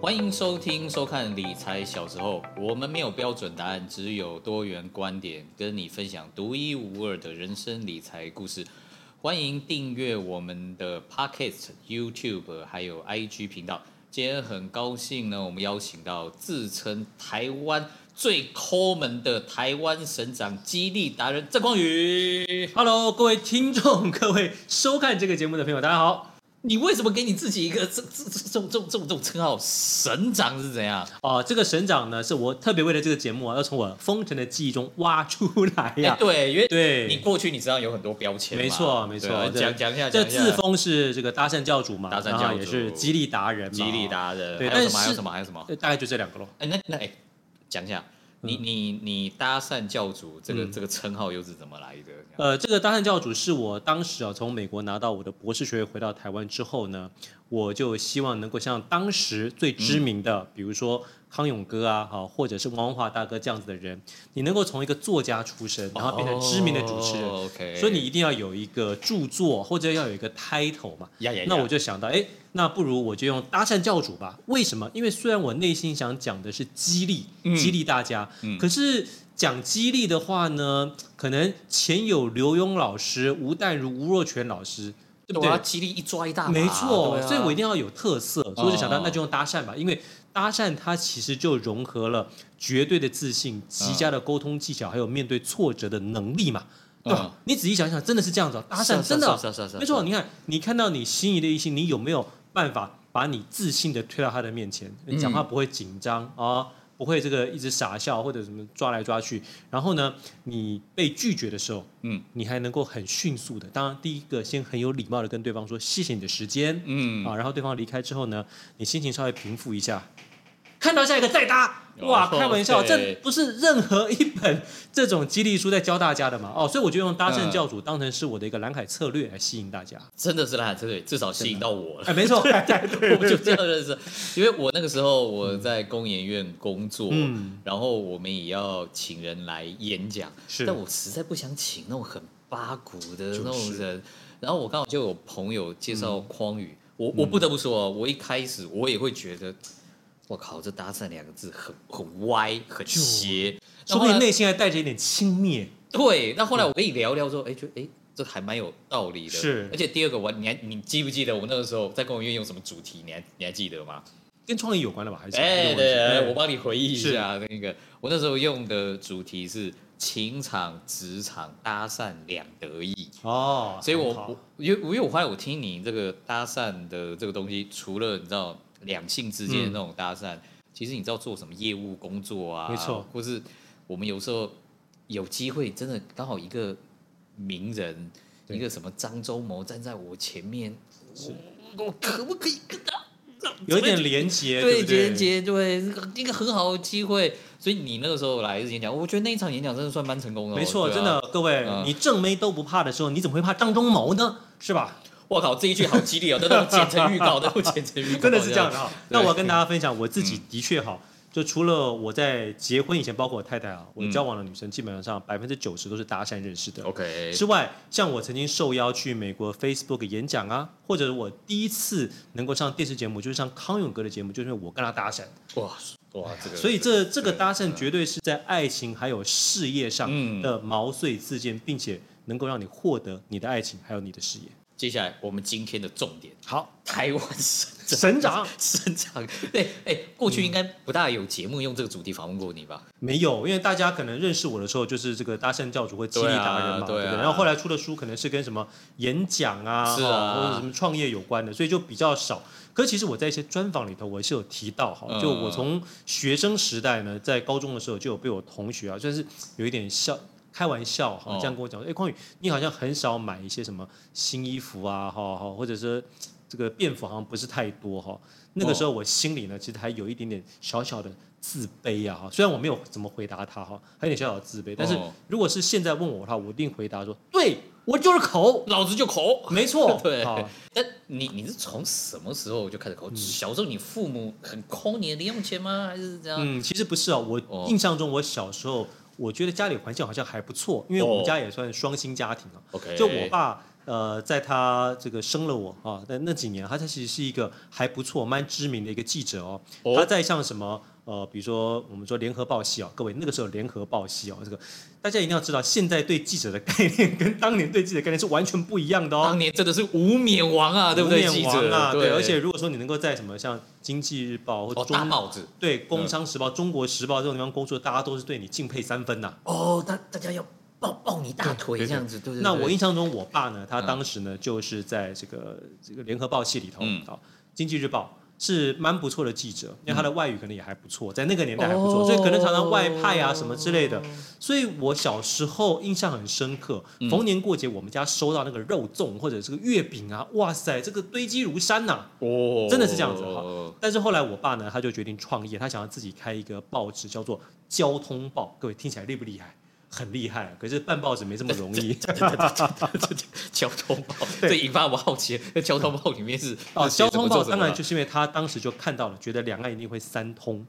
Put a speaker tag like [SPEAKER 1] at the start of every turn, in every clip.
[SPEAKER 1] 欢迎收听、收看《理财小时候》，我们没有标准答案，只有多元观点，跟你分享独一无二的人生理财故事。欢迎订阅我们的 Podcast、YouTube 还有 IG 频道。今天很高兴呢，我们邀请到自称台湾最抠门的台湾省长激励达人郑光宇。
[SPEAKER 2] Hello，各位听众，各位收看这个节目的朋友，大家好。
[SPEAKER 1] 你为什么给你自己一个这这这这种这种这种这种称号？省长是怎样？
[SPEAKER 2] 哦、这个省长呢，是我特别为了这个节目啊，要从我丰臣的记忆中挖出来
[SPEAKER 1] 哎、
[SPEAKER 2] 呀、
[SPEAKER 1] 对，因为
[SPEAKER 2] 对
[SPEAKER 1] 你过去你身上有很多标签嘛，
[SPEAKER 2] 没错，没错
[SPEAKER 1] 对啊。
[SPEAKER 2] 对
[SPEAKER 1] 讲讲一下，
[SPEAKER 2] 这
[SPEAKER 1] 讲一下
[SPEAKER 2] 自封是这个搭讪教主嘛，
[SPEAKER 1] 搭讪
[SPEAKER 2] 然后
[SPEAKER 1] 教主
[SPEAKER 2] 也是激励达人嘛，
[SPEAKER 1] 激励达人，
[SPEAKER 2] 对
[SPEAKER 1] 还有什
[SPEAKER 2] 但
[SPEAKER 1] 么？
[SPEAKER 2] 是
[SPEAKER 1] 还有什么？还有什么？
[SPEAKER 2] 呃，大概就这两个咯。
[SPEAKER 1] 哎、那那哎，讲、一下，你你你搭讪教主这个、
[SPEAKER 2] 嗯
[SPEAKER 1] 这个称号又是怎么来的？
[SPEAKER 2] 呃，这个搭讪教主是我当时啊从美国拿到我的博士学位回到台湾之后呢，我就希望能够像当时最知名的，比如说康永哥啊，好、或者是王文华大哥这样子的人，你能够从一个作家出身， 然后变成知名的主持人，
[SPEAKER 1] o k
[SPEAKER 2] 所以你一定要有一个著作或者要有一个 title 嘛。
[SPEAKER 1] 呀呀呀，
[SPEAKER 2] 那我就想到，哎，那不如我就用搭讪教主吧？为什么？因为虽然我内心想讲的是激励，
[SPEAKER 1] 嗯
[SPEAKER 2] 激励大家，
[SPEAKER 1] 嗯
[SPEAKER 2] 可是讲激励的话呢，可能前有刘墉老师、吴淡如、吴若权老师，对不
[SPEAKER 1] 对
[SPEAKER 2] 对？
[SPEAKER 1] 啊激励一抓一大把，
[SPEAKER 2] 没错，
[SPEAKER 1] 对啊
[SPEAKER 2] 所以我一定要有特色，所以我就想
[SPEAKER 1] 哦
[SPEAKER 2] 到那就用搭讪吧，因为搭讪它其实就融合了绝对的自信、极佳的沟通技巧，还有面对挫折的能力嘛。对吧？你仔细想想，真的是这样子哦、搭
[SPEAKER 1] 嗯是啊
[SPEAKER 2] 讪真的
[SPEAKER 1] 是
[SPEAKER 2] 哦、
[SPEAKER 1] 啊是啊是啊是啊
[SPEAKER 2] 没错。你看，你看到你心仪的异性，你有没有办法把你自信的推到他的面前？你讲话不会紧张啊、不会这个一直傻笑或者什么抓来抓去。然后呢，你被拒绝的时候，
[SPEAKER 1] 嗯，
[SPEAKER 2] 你还能够很迅速的，当然第一个先很有礼貌的跟对方说谢谢你的时间，
[SPEAKER 1] 嗯
[SPEAKER 2] 啊，然后对方离开之后呢，你心情稍微平复一下，看到下一个再搭。哇，
[SPEAKER 1] 哦
[SPEAKER 2] 开玩笑，
[SPEAKER 1] 对
[SPEAKER 2] 这不是任何一本这种激励书在教大家的嘛？哦，所以我就用搭
[SPEAKER 1] 嗯
[SPEAKER 2] 讪教主当成是我的一个蓝海策略来吸引 大家。
[SPEAKER 1] 真的是烂，真的至少吸引到我了。
[SPEAKER 2] 哎，没 错，
[SPEAKER 1] 我就这样认识，因为我那个时候我在工研院工作，
[SPEAKER 2] 嗯
[SPEAKER 1] 然后我们也要请人来演讲，
[SPEAKER 2] 是
[SPEAKER 1] 但我实在不想请那种很八股的
[SPEAKER 2] 就是嗯
[SPEAKER 1] 那种人，然后我刚好就有朋友介绍匡宇，我我不得不说哦，我一开始我也会觉得，我靠，这搭讪两个字很很歪，很邪，
[SPEAKER 2] 说不
[SPEAKER 1] 那
[SPEAKER 2] 定
[SPEAKER 1] 后来
[SPEAKER 2] 内心还带着一点轻蔑。
[SPEAKER 1] 对，那后来我跟你聊一聊说，哎，觉得哎。这还蛮有道理的，
[SPEAKER 2] 是
[SPEAKER 1] 而且第二个，我你还你记不记得我那个时候在工研院用什么主题？你还你还记得吗？
[SPEAKER 2] 跟创意有关的吧？还是
[SPEAKER 1] 哎，对
[SPEAKER 2] 这个问题哎
[SPEAKER 1] 对，我帮你回忆一下啊那个，我那时候用的主题是情场、职场搭讪两得意，
[SPEAKER 2] 哦，
[SPEAKER 1] 所以我
[SPEAKER 2] 很好
[SPEAKER 1] 我因为因为我后来我听你这个搭讪的这个东西，除了你知道两性之间的
[SPEAKER 2] 嗯
[SPEAKER 1] 那种搭讪，其实你知道做什么业务工作啊，
[SPEAKER 2] 没错
[SPEAKER 1] 或是我们有时候有机会真的刚好一个名人，
[SPEAKER 2] 对
[SPEAKER 1] 一个什么张忠谋站在我前面，我我可不可以跟他？
[SPEAKER 2] 有一点连结，
[SPEAKER 1] 对，
[SPEAKER 2] 不
[SPEAKER 1] 情人节对这个一个很好的机会，所以你那个时候来演讲，我觉得那一场演讲真的算蛮成功的哦、
[SPEAKER 2] 没错，
[SPEAKER 1] 对啊
[SPEAKER 2] 真的，，各位
[SPEAKER 1] 嗯，
[SPEAKER 2] 你正妹都不怕的时候，你怎么会怕张忠谋呢？是吧？
[SPEAKER 1] 我靠，这一句好激励哦，但是我剪成预告，但我剪成预告，
[SPEAKER 2] 真的是这样的哈。
[SPEAKER 1] 对嗯
[SPEAKER 2] 那我要跟大家分享，我自己的确好，就除了我在结婚以前，包括我太太啊，我
[SPEAKER 1] 嗯
[SPEAKER 2] 交往的女生基本上百分之九十都是搭讪认识的。
[SPEAKER 1] OK，
[SPEAKER 2] 之外，像我曾经受邀去美国 Facebook 演讲啊，或者我第一次能够上电视节目，就是上康永哥的节目，就是因为我跟他搭讪。
[SPEAKER 1] 哇哇，这个，
[SPEAKER 2] 所以这这个搭讪
[SPEAKER 1] 对
[SPEAKER 2] 绝对是在爱情还有事业上
[SPEAKER 1] 嗯
[SPEAKER 2] 的毛遂自荐，并且能够让你获得你的爱情还有你的事业。
[SPEAKER 1] 接下来我们今天的重点，
[SPEAKER 2] 好，
[SPEAKER 1] 台湾省长。
[SPEAKER 2] 省长。嗯
[SPEAKER 1] 省长，对，哎、过去应该不大有节目用这个主题访问过你吧？
[SPEAKER 2] 没有，因为大家可能认识我的时候，就是这个搭讪教主或激励达人
[SPEAKER 1] 对啊
[SPEAKER 2] 嘛，对不
[SPEAKER 1] 对啊
[SPEAKER 2] 对？然后后来出的书可能是跟什么演讲啊，
[SPEAKER 1] 是啊
[SPEAKER 2] 或者什么创业有关的，所以就比较少。可是其实我在一些专访里头，我是有提到哈，
[SPEAKER 1] 嗯
[SPEAKER 2] 就我从学生时代呢，在高中的时候就有被我同学啊，就是有一点笑。开玩笑哈，
[SPEAKER 1] 哦
[SPEAKER 2] 这样跟我讲说，哎、匡宇，你好像很少买一些什么新衣服啊，哈哈，或者是这个便服好像不是太多哈。那个时
[SPEAKER 1] 哦
[SPEAKER 2] 候我心里呢，其实还有一点点小小的自卑啊哈。虽然我没有怎么回答他哈，还有点小小的自卑。但是
[SPEAKER 1] 哦
[SPEAKER 2] 如果是现在问我的话，我一定回答说，对我就是口，
[SPEAKER 1] 老子就口，
[SPEAKER 2] 没错，
[SPEAKER 1] 对
[SPEAKER 2] 好，嗯
[SPEAKER 1] 但你你是从什么时候就开始抠？小时候你父母很抠你的零用钱吗？还是怎样？
[SPEAKER 2] 嗯嗯，其实不是啊，我
[SPEAKER 1] 哦
[SPEAKER 2] 印象中我小时候。我觉得家里环境好像还不错，因为我们
[SPEAKER 1] 哦
[SPEAKER 2] 家也算双薪家庭啊。
[SPEAKER 1] OK，
[SPEAKER 2] 就我爸，呃，在他这个生了我啊，那那几年，他他其实是一个还不错、蛮知名的一个记者哦。
[SPEAKER 1] 哦
[SPEAKER 2] 他在像什么呃，比如说我们说联合报系哦，各位那个时候联合报系哦，这个大家一定要知道，现在对记者的概念 跟当年对记者的概念是完全不一样的哦
[SPEAKER 1] 当。年真的是无冕王啊，对不对？
[SPEAKER 2] 无
[SPEAKER 1] 记
[SPEAKER 2] 冕王
[SPEAKER 1] 者
[SPEAKER 2] 啊，
[SPEAKER 1] 对，
[SPEAKER 2] 而且如果说你能够在什么像《经济日报》或
[SPEAKER 1] 哦，
[SPEAKER 2] 中、
[SPEAKER 1] 大嗯帽子
[SPEAKER 2] 对《工商时报》中国时报》这种地方工作，大家都是对你敬佩三分呐、
[SPEAKER 1] 哦，大大家要抱抱你大腿
[SPEAKER 2] 对对
[SPEAKER 1] 这样子，对对。
[SPEAKER 2] 那
[SPEAKER 1] 对嗯
[SPEAKER 2] 我印象中，我爸呢，他当时呢就是在这个这个联合报系里头
[SPEAKER 1] 嗯
[SPEAKER 2] 啊，经济日报》是蛮不错的记者，因为他
[SPEAKER 1] 嗯
[SPEAKER 2] 的外语可能也还不错，在那个年代还不错，
[SPEAKER 1] 哦
[SPEAKER 2] 所以可能常常外派啊什么之类的。所以我小时候印象很深刻，
[SPEAKER 1] 嗯
[SPEAKER 2] 逢年过节我们家收到那个肉粽或者这个月饼啊，哇塞，这个堆积如山呐、
[SPEAKER 1] 哦，
[SPEAKER 2] 真的是这样子
[SPEAKER 1] 哦
[SPEAKER 2] 但是后来我爸呢，他就决定创业，他想要自己开一个报纸，叫做《交通报》。各位听起来厉不厉害？很厉害，可是办报纸没这么容易。
[SPEAKER 1] 交通报， 这引发我好奇，那交通报里面是
[SPEAKER 2] 哦，
[SPEAKER 1] 是写
[SPEAKER 2] 交
[SPEAKER 1] 什
[SPEAKER 2] 通
[SPEAKER 1] 么
[SPEAKER 2] 报
[SPEAKER 1] 做什么
[SPEAKER 2] 当然
[SPEAKER 1] 啦
[SPEAKER 2] 就是因为他当时就看到了，觉得两岸一定会三通，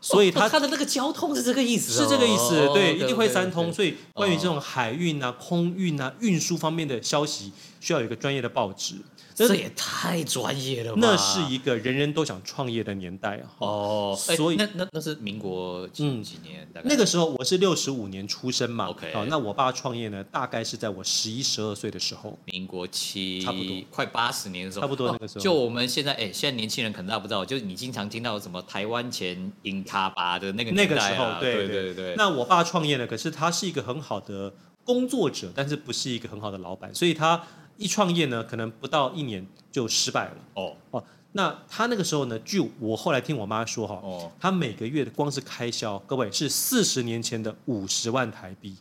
[SPEAKER 2] 所以他
[SPEAKER 1] 哦哦、他的那个交通是这个意思哦、
[SPEAKER 2] 是这个意思，
[SPEAKER 1] 哦
[SPEAKER 2] 对，一定会三
[SPEAKER 1] 对
[SPEAKER 2] 通。
[SPEAKER 1] 哦
[SPEAKER 2] 所以关于这种海运啊、空运啊、运输方面的消息，需要有一个专业的报纸。
[SPEAKER 1] 对这也太专业了吧？
[SPEAKER 2] 那是一个人人都想创业的年代啊。
[SPEAKER 1] 哦，哎
[SPEAKER 2] 所以
[SPEAKER 1] 那那那是民国几、
[SPEAKER 2] 嗯
[SPEAKER 1] 几年？大概
[SPEAKER 2] 那个时候我是六十五年出生嘛哦
[SPEAKER 1] OK
[SPEAKER 2] 好，那我爸创业呢，大概是在我十一、十二岁的时候。
[SPEAKER 1] 民国七
[SPEAKER 2] 差不多
[SPEAKER 1] 快八十年的时候，
[SPEAKER 2] 差不多
[SPEAKER 1] 哦
[SPEAKER 2] 那个时候
[SPEAKER 1] 就我们现在哎、现在年轻人可能大不知道，就是你经常听到什么台湾前英卡巴的那个
[SPEAKER 2] 那
[SPEAKER 1] 年
[SPEAKER 2] 个
[SPEAKER 1] 代
[SPEAKER 2] 时
[SPEAKER 1] 啊
[SPEAKER 2] 候，
[SPEAKER 1] 对
[SPEAKER 2] 对
[SPEAKER 1] 对。
[SPEAKER 2] 那我爸创业了，可是他是一个很好的工作者，但是不是一个很好的老板，所以他一创业呢，可能不到一年就失败了。
[SPEAKER 1] 哦
[SPEAKER 2] 哦，那他那个时候呢，据我后来听我妈说哈，
[SPEAKER 1] 哦，
[SPEAKER 2] 他每个月的光是开销，各位是四十年前的五十万台币。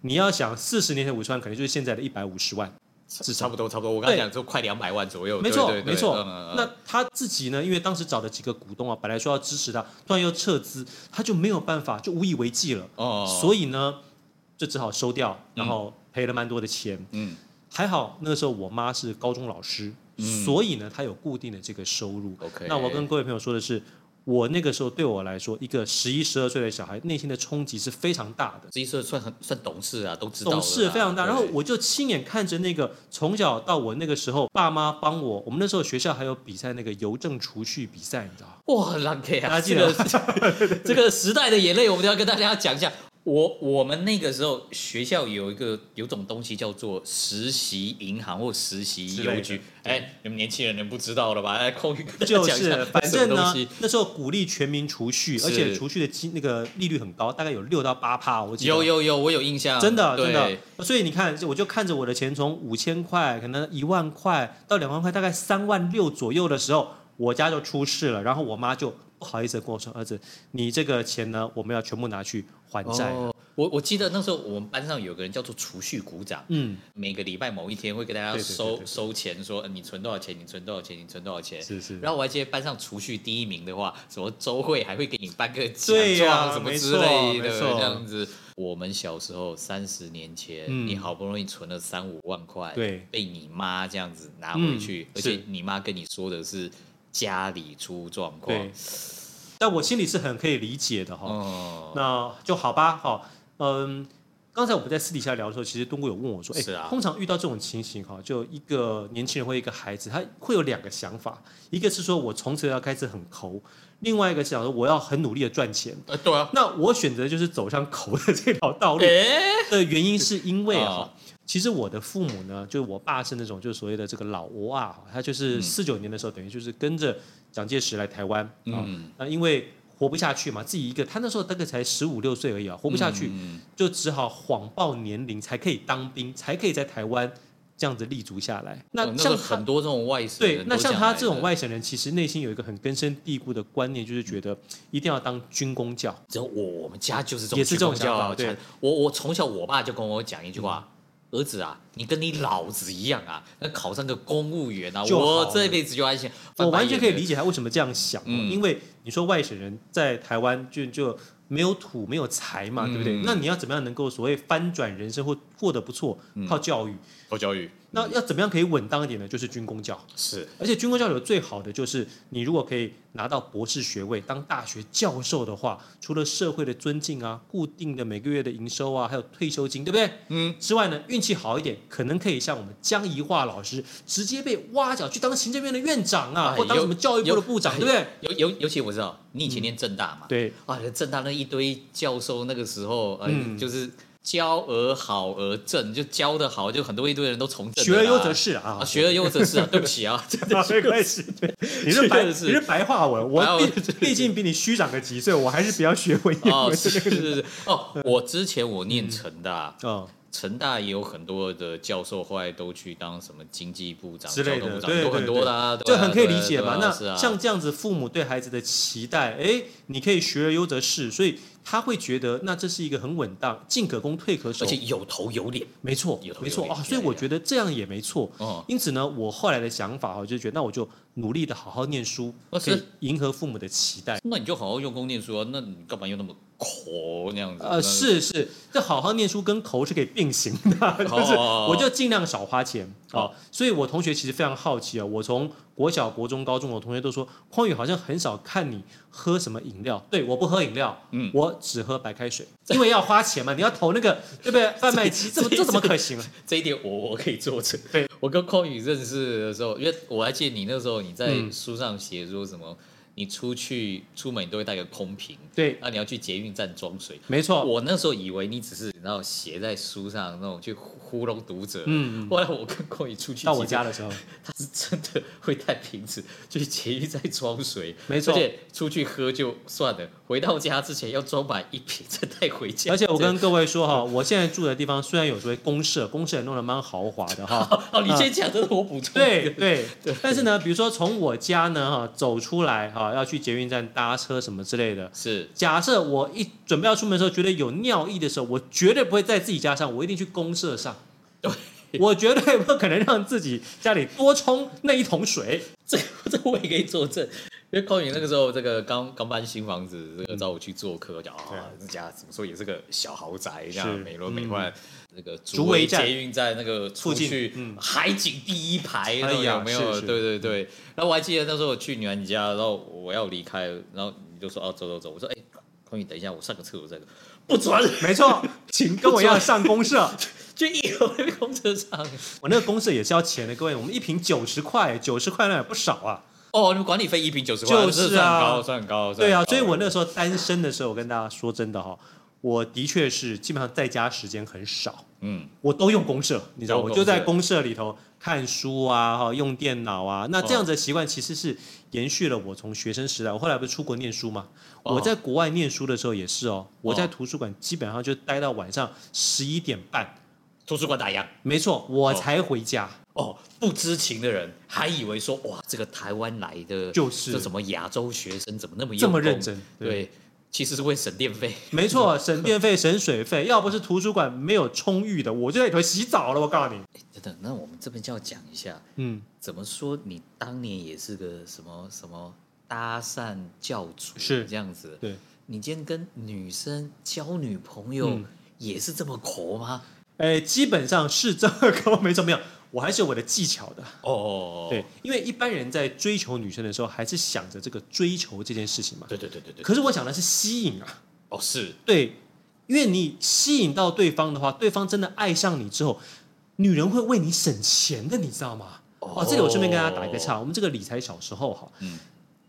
[SPEAKER 2] 你要想四十年前五十万，肯定就是现在的一百五十万。
[SPEAKER 1] 是差不多差不多。我刚才
[SPEAKER 2] 对
[SPEAKER 1] 讲说快两百万左右，
[SPEAKER 2] 没错，
[SPEAKER 1] 对对对
[SPEAKER 2] 没错。
[SPEAKER 1] 嗯嗯嗯
[SPEAKER 2] 那他自己呢？因为当时找的几个股东啊，本来说要支持他，突然又撤资，他就没有办法，就无以为继了。
[SPEAKER 1] 哦，
[SPEAKER 2] 所以呢，就只好收掉，然后赔了蛮多的钱。
[SPEAKER 1] 嗯
[SPEAKER 2] 还好那个时候我妈是高中老师，
[SPEAKER 1] 嗯
[SPEAKER 2] 所以呢，她有固定的这个收入。
[SPEAKER 1] ，OK。
[SPEAKER 2] 那我跟各位朋友说的是，我那个时候对我来说，一个十一、十二岁的小孩内心的冲击是非常大的。
[SPEAKER 1] 这一算算很算懂事啊，都知道了
[SPEAKER 2] 懂
[SPEAKER 1] 啦
[SPEAKER 2] 事非常大，
[SPEAKER 1] 对
[SPEAKER 2] 然后我就亲眼看着那个从小到我那个时候，爸妈帮我，我们那时候学校还有比赛那个邮政储蓄比赛，你知道吗？
[SPEAKER 1] 哇，很 lucky
[SPEAKER 2] 大家
[SPEAKER 1] 啊！
[SPEAKER 2] 记
[SPEAKER 1] 这
[SPEAKER 2] 得
[SPEAKER 1] 个 这个时代的眼泪，我们都要跟大家讲一下。我我们那个时候学校有一个有种东西叫做实习银行或实习
[SPEAKER 2] 之类的
[SPEAKER 1] 邮局，哎，你们年轻人能不知道了吧？来，空运跟大家
[SPEAKER 2] 就
[SPEAKER 1] 讲一下
[SPEAKER 2] 是反
[SPEAKER 1] 这是什
[SPEAKER 2] 正
[SPEAKER 1] 么
[SPEAKER 2] 呢
[SPEAKER 1] 东西，
[SPEAKER 2] 那时候鼓励全民储蓄，
[SPEAKER 1] 是
[SPEAKER 2] 而且储蓄的基那个利率很高，大概有六到八趴，我记得
[SPEAKER 1] 有有有，我有印象，
[SPEAKER 2] 真的
[SPEAKER 1] 对
[SPEAKER 2] 真的。所以你看，我就看着我的钱从五千块，可能一万块到两万块，大概三万六左右的时候，我家就出事了，然后我妈就不好意思地跟我说：“儿子，你这个钱呢，我们要全部拿去还债。
[SPEAKER 1] 哦，我我记得那时候我们班上有个人叫做储蓄股长，
[SPEAKER 2] 嗯，
[SPEAKER 1] 每个礼拜某一天会给大家
[SPEAKER 2] 对对对
[SPEAKER 1] 收
[SPEAKER 2] 对对
[SPEAKER 1] 收钱，说、呃你存多少钱，你存多少钱，你存多少钱。
[SPEAKER 2] 是是
[SPEAKER 1] 然后我还记得班上储蓄第一名的话，什么周会还会给你颁个奖
[SPEAKER 2] 对
[SPEAKER 1] 状、
[SPEAKER 2] 呀
[SPEAKER 1] 什么
[SPEAKER 2] 没
[SPEAKER 1] 之
[SPEAKER 2] 错
[SPEAKER 1] 类
[SPEAKER 2] 没
[SPEAKER 1] 的，
[SPEAKER 2] 错
[SPEAKER 1] 这样子。我们小时候三十年前，
[SPEAKER 2] 嗯
[SPEAKER 1] 你好不容易存了三五万块，
[SPEAKER 2] 对
[SPEAKER 1] 被你妈这样子拿
[SPEAKER 2] 嗯
[SPEAKER 1] 回去，而
[SPEAKER 2] 是
[SPEAKER 1] 且你妈跟你说的是家里出状况，
[SPEAKER 2] 对。但我心里是很可以理解的哈、
[SPEAKER 1] 哦，
[SPEAKER 2] 那就好吧，好，嗯。刚才我们在私底下聊的时候，其实东哥有问我说：“哎、
[SPEAKER 1] 是啊
[SPEAKER 2] 通常遇到这种情形哈，就一个年轻人或一个孩子，他会有两个想法，一个是说我从此要开始很抠，另外一个想说我要很努力的赚钱。
[SPEAKER 1] 呃，对啊，
[SPEAKER 2] 那我选择就是走上抠的这条道路
[SPEAKER 1] 哎，
[SPEAKER 2] 的原因，是因为哈
[SPEAKER 1] 啊，
[SPEAKER 2] 其实我的父母呢，就是我爸是那种就是所谓的这个老欧啊，哈他就是
[SPEAKER 1] 嗯
[SPEAKER 2] 四九年的时候，等于就是跟着蒋介石来台湾啊、
[SPEAKER 1] 嗯，
[SPEAKER 2] 那因为活不下去嘛，自己一个，他那时候大概才十五六岁而已啊，活不下去，
[SPEAKER 1] 嗯
[SPEAKER 2] 就只好谎报年龄才可以当兵，才可以在台湾这样子立足下来。
[SPEAKER 1] 哦
[SPEAKER 2] 那
[SPEAKER 1] 时候
[SPEAKER 2] 像他
[SPEAKER 1] 很。多这种外省
[SPEAKER 2] 对
[SPEAKER 1] 人，
[SPEAKER 2] 那
[SPEAKER 1] 都
[SPEAKER 2] 像
[SPEAKER 1] 样
[SPEAKER 2] 他
[SPEAKER 1] 来
[SPEAKER 2] 这种
[SPEAKER 1] 的
[SPEAKER 2] 外省人，其实内心有一个很根深蒂固的观念，就是觉得一定要当军工教。
[SPEAKER 1] 只有我我们家就是这种
[SPEAKER 2] 也是这种
[SPEAKER 1] 情况
[SPEAKER 2] 想法
[SPEAKER 1] 叫
[SPEAKER 2] 对
[SPEAKER 1] 我我从小我爸就跟我讲一句话。儿子啊，你跟你老子一样啊，那考上个公务员啊，
[SPEAKER 2] 就好
[SPEAKER 1] 我
[SPEAKER 2] 了
[SPEAKER 1] 这辈子就安心。
[SPEAKER 2] 我完全可以
[SPEAKER 1] 解。
[SPEAKER 2] 理解他为什么这样想哦，
[SPEAKER 1] 嗯
[SPEAKER 2] 因为你说外省人在台湾就就没有土没有财嘛，对不对？
[SPEAKER 1] 嗯
[SPEAKER 2] 那你要怎么样能够所谓翻转人生或过得不错，
[SPEAKER 1] 嗯
[SPEAKER 2] 靠教育。
[SPEAKER 1] 高教育
[SPEAKER 2] 那要怎么样可以稳当一点呢？就是军工教，
[SPEAKER 1] 是
[SPEAKER 2] 而且军工教有最好的就是，你如果可以拿到博士学位，当大学教授的话，除了社会的尊敬啊、固定的每个月的营收啊，还有退休金，对不对？
[SPEAKER 1] 嗯。
[SPEAKER 2] 之外呢，运气好一点，可能可以像我们江宜桦老师，直接被挖角去当行政院的院长啊，
[SPEAKER 1] 哎
[SPEAKER 2] 或当什么教育部的部长，
[SPEAKER 1] 有
[SPEAKER 2] 对不对？
[SPEAKER 1] 尤尤尤其我知道你以前念正大嘛，
[SPEAKER 2] 对，
[SPEAKER 1] 啊，正大那一堆教授那个时候，呃，
[SPEAKER 2] 嗯
[SPEAKER 1] 就是教而好而正，就教的好，就很多一堆人都从政的
[SPEAKER 2] 学
[SPEAKER 1] 啦
[SPEAKER 2] 而优则仕啊
[SPEAKER 1] 啊，，学而优则仕啊，对不起啊，
[SPEAKER 2] 啊没关系，对你是白
[SPEAKER 1] 学而优
[SPEAKER 2] 你
[SPEAKER 1] 则仕
[SPEAKER 2] 是白话文，
[SPEAKER 1] 白话
[SPEAKER 2] 我
[SPEAKER 1] 文
[SPEAKER 2] 毕毕竟比你虚长个几岁，我还是比较学文言
[SPEAKER 1] 哦，
[SPEAKER 2] 文
[SPEAKER 1] 是
[SPEAKER 2] 的
[SPEAKER 1] 是
[SPEAKER 2] 那个人。
[SPEAKER 1] 是
[SPEAKER 2] 嗯
[SPEAKER 1] 哦，我之前我念成啊大，
[SPEAKER 2] 哦，
[SPEAKER 1] 成大也有很多的教授后来都去当什么经济部长
[SPEAKER 2] 之类
[SPEAKER 1] 交
[SPEAKER 2] 的
[SPEAKER 1] 通部
[SPEAKER 2] 对
[SPEAKER 1] 长有
[SPEAKER 2] 对
[SPEAKER 1] 很多的啊，对
[SPEAKER 2] 这
[SPEAKER 1] 啊
[SPEAKER 2] 很可以
[SPEAKER 1] 对啊
[SPEAKER 2] 理解
[SPEAKER 1] 对
[SPEAKER 2] 嘛
[SPEAKER 1] 啊。是
[SPEAKER 2] 那
[SPEAKER 1] 啊
[SPEAKER 2] 像这样子，父母对孩子的期待，哎，你可以学而优则仕，所以他会觉得那这是一个很稳当，进可攻退可守
[SPEAKER 1] 而，且有头有脸
[SPEAKER 2] 没错
[SPEAKER 1] 有，头
[SPEAKER 2] 没错
[SPEAKER 1] 有脸
[SPEAKER 2] 啊。所以我觉得这样也没错。
[SPEAKER 1] 哦，
[SPEAKER 2] 因此呢，我后来的想法哈，就是觉得那我就努力的好好念书，
[SPEAKER 1] 哦
[SPEAKER 2] 可
[SPEAKER 1] 是
[SPEAKER 2] 以迎合父母的期待。
[SPEAKER 1] 那你就好好用功念书啊，那你干嘛又那么抠那样子？那
[SPEAKER 2] 呃，是是，这好好念书跟抠是可以并行的， 就是
[SPEAKER 1] 哦
[SPEAKER 2] 我就尽量少花钱哦
[SPEAKER 1] 哦。
[SPEAKER 2] 所以我同学其实非常好奇啊、我从国小、国中、高中，我同学都说匡宇好像很少看你喝什么饮料。对，我不喝饮料，
[SPEAKER 1] 嗯
[SPEAKER 2] 我只喝白开水， 因为要花钱嘛，你要投那个对不 对？贩卖机，这
[SPEAKER 1] 这
[SPEAKER 2] 么这怎么可行啊？
[SPEAKER 1] 这一点我我可以作证。
[SPEAKER 2] 对，
[SPEAKER 1] 我跟匡宇认识的时候，因为我还记得你那时候你在
[SPEAKER 2] 嗯
[SPEAKER 1] 书上写说什么，你出去出门你都会带个空瓶，啊
[SPEAKER 2] 对，
[SPEAKER 1] 那你要去捷运站装水。
[SPEAKER 2] 没错，
[SPEAKER 1] 我那时候以为你只是然后写在书上那种去糊弄读者，
[SPEAKER 2] 嗯嗯
[SPEAKER 1] 后来我跟匡宇出去
[SPEAKER 2] 到我
[SPEAKER 1] 捷
[SPEAKER 2] 家的时候，
[SPEAKER 1] 运，他是真的会带瓶子去捷运站装水，
[SPEAKER 2] 没 错
[SPEAKER 1] 而且出去喝就算了，回到家之前要装满一瓶再带回家。
[SPEAKER 2] 而且我跟各位说哈，我现在住的地方虽然有所谓公社，公社也弄得蛮豪华的哈，
[SPEAKER 1] 哦，你先讲，这是我补充。
[SPEAKER 2] 嗯对对，但是呢，比如说从我家呢哈走出来哈，要去捷运站搭车什么之类的。
[SPEAKER 1] 是
[SPEAKER 2] 假设我一准备要出门的时候，觉得有尿意的时候，我绝对不会在自己家上，我一定去公社上。我绝对不可能让自己家里多冲那一桶水。
[SPEAKER 1] 这个 这个我也可以作证，因为高宇那个时候这个刚刚搬新房子，这个找我去做客，我讲
[SPEAKER 2] 嗯对
[SPEAKER 1] 啊，这家怎么说也是个小豪宅，这样
[SPEAKER 2] 是嗯
[SPEAKER 1] 美轮美奂。那个
[SPEAKER 2] 竹围站
[SPEAKER 1] 捷运站那个出
[SPEAKER 2] 附近
[SPEAKER 1] 去
[SPEAKER 2] 嗯哎
[SPEAKER 1] 海景第一排，
[SPEAKER 2] 呀
[SPEAKER 1] 那种有没
[SPEAKER 2] 是
[SPEAKER 1] 有？
[SPEAKER 2] 是
[SPEAKER 1] 对对对。然后我还记得那时候我去女儿家，然后我要离开，然后你就说哦，走走走。我说哎，匡宇等一下，我上个厕所再走。不准，
[SPEAKER 2] 没错，请跟我要上公社。
[SPEAKER 1] 就一口在公车上。
[SPEAKER 2] 我那个公社也是要钱的，各位，我们一瓶九十块，九十块那也不少啊。
[SPEAKER 1] 哦，你们管理费一瓶九十块，
[SPEAKER 2] 就
[SPEAKER 1] 这
[SPEAKER 2] 是啊
[SPEAKER 1] 算高，算高。
[SPEAKER 2] 对
[SPEAKER 1] 算
[SPEAKER 2] 啊，
[SPEAKER 1] 高
[SPEAKER 2] 所以我那时候单身的时候，我跟大家说真的哈、我的确是基本上在家时间很少。
[SPEAKER 1] 嗯，
[SPEAKER 2] 我都用公社，你知道，
[SPEAKER 1] 都用
[SPEAKER 2] 我
[SPEAKER 1] 公社
[SPEAKER 2] 就在公社里头看书啊，哈，用电脑啊。那这样子的习惯其实是延续了我从学生时代，我后来不是出国念书嘛？
[SPEAKER 1] 哦
[SPEAKER 2] 我在国外念书的时候也是哦，我在
[SPEAKER 1] 哦
[SPEAKER 2] 图书馆基本上就待到晚上十一点半，
[SPEAKER 1] 图书馆打烊。
[SPEAKER 2] 没错，我才回 家。
[SPEAKER 1] 哦，不知情的人还以为说哇，这个台湾来的
[SPEAKER 2] 就是
[SPEAKER 1] 这什么亚洲学生怎么那么用
[SPEAKER 2] 这么
[SPEAKER 1] 功
[SPEAKER 2] 认真对
[SPEAKER 1] 对，其实是为省电费。
[SPEAKER 2] 没错，省电费、省水费，要不是图书馆没有充裕的，我就在里头洗澡了。我告诉你，
[SPEAKER 1] 等等，那我们这边就要讲一下，
[SPEAKER 2] 嗯，
[SPEAKER 1] 怎么说你当年也是个什么什么搭讪教主，
[SPEAKER 2] 是
[SPEAKER 1] 这样子。
[SPEAKER 2] 对。
[SPEAKER 1] 你今天跟女生交女朋友、
[SPEAKER 2] 嗯
[SPEAKER 1] 也是这么抠吗？
[SPEAKER 2] 呃，基本上是这个，没错，没有，我还是有我的技巧的。
[SPEAKER 1] 哦，
[SPEAKER 2] 对，因为一般人在追求女生的时候，还是想着这个追求这件事情嘛。
[SPEAKER 1] 对对对对对，
[SPEAKER 2] 可是我想的是吸引啊，
[SPEAKER 1] 哦是
[SPEAKER 2] 对，因为你吸引到对方的话，对方真的爱上你之后，女人会为你省钱的，你知道吗？哦，这里我顺便跟大家打一个岔，我们这个理财小时候哈，
[SPEAKER 1] 嗯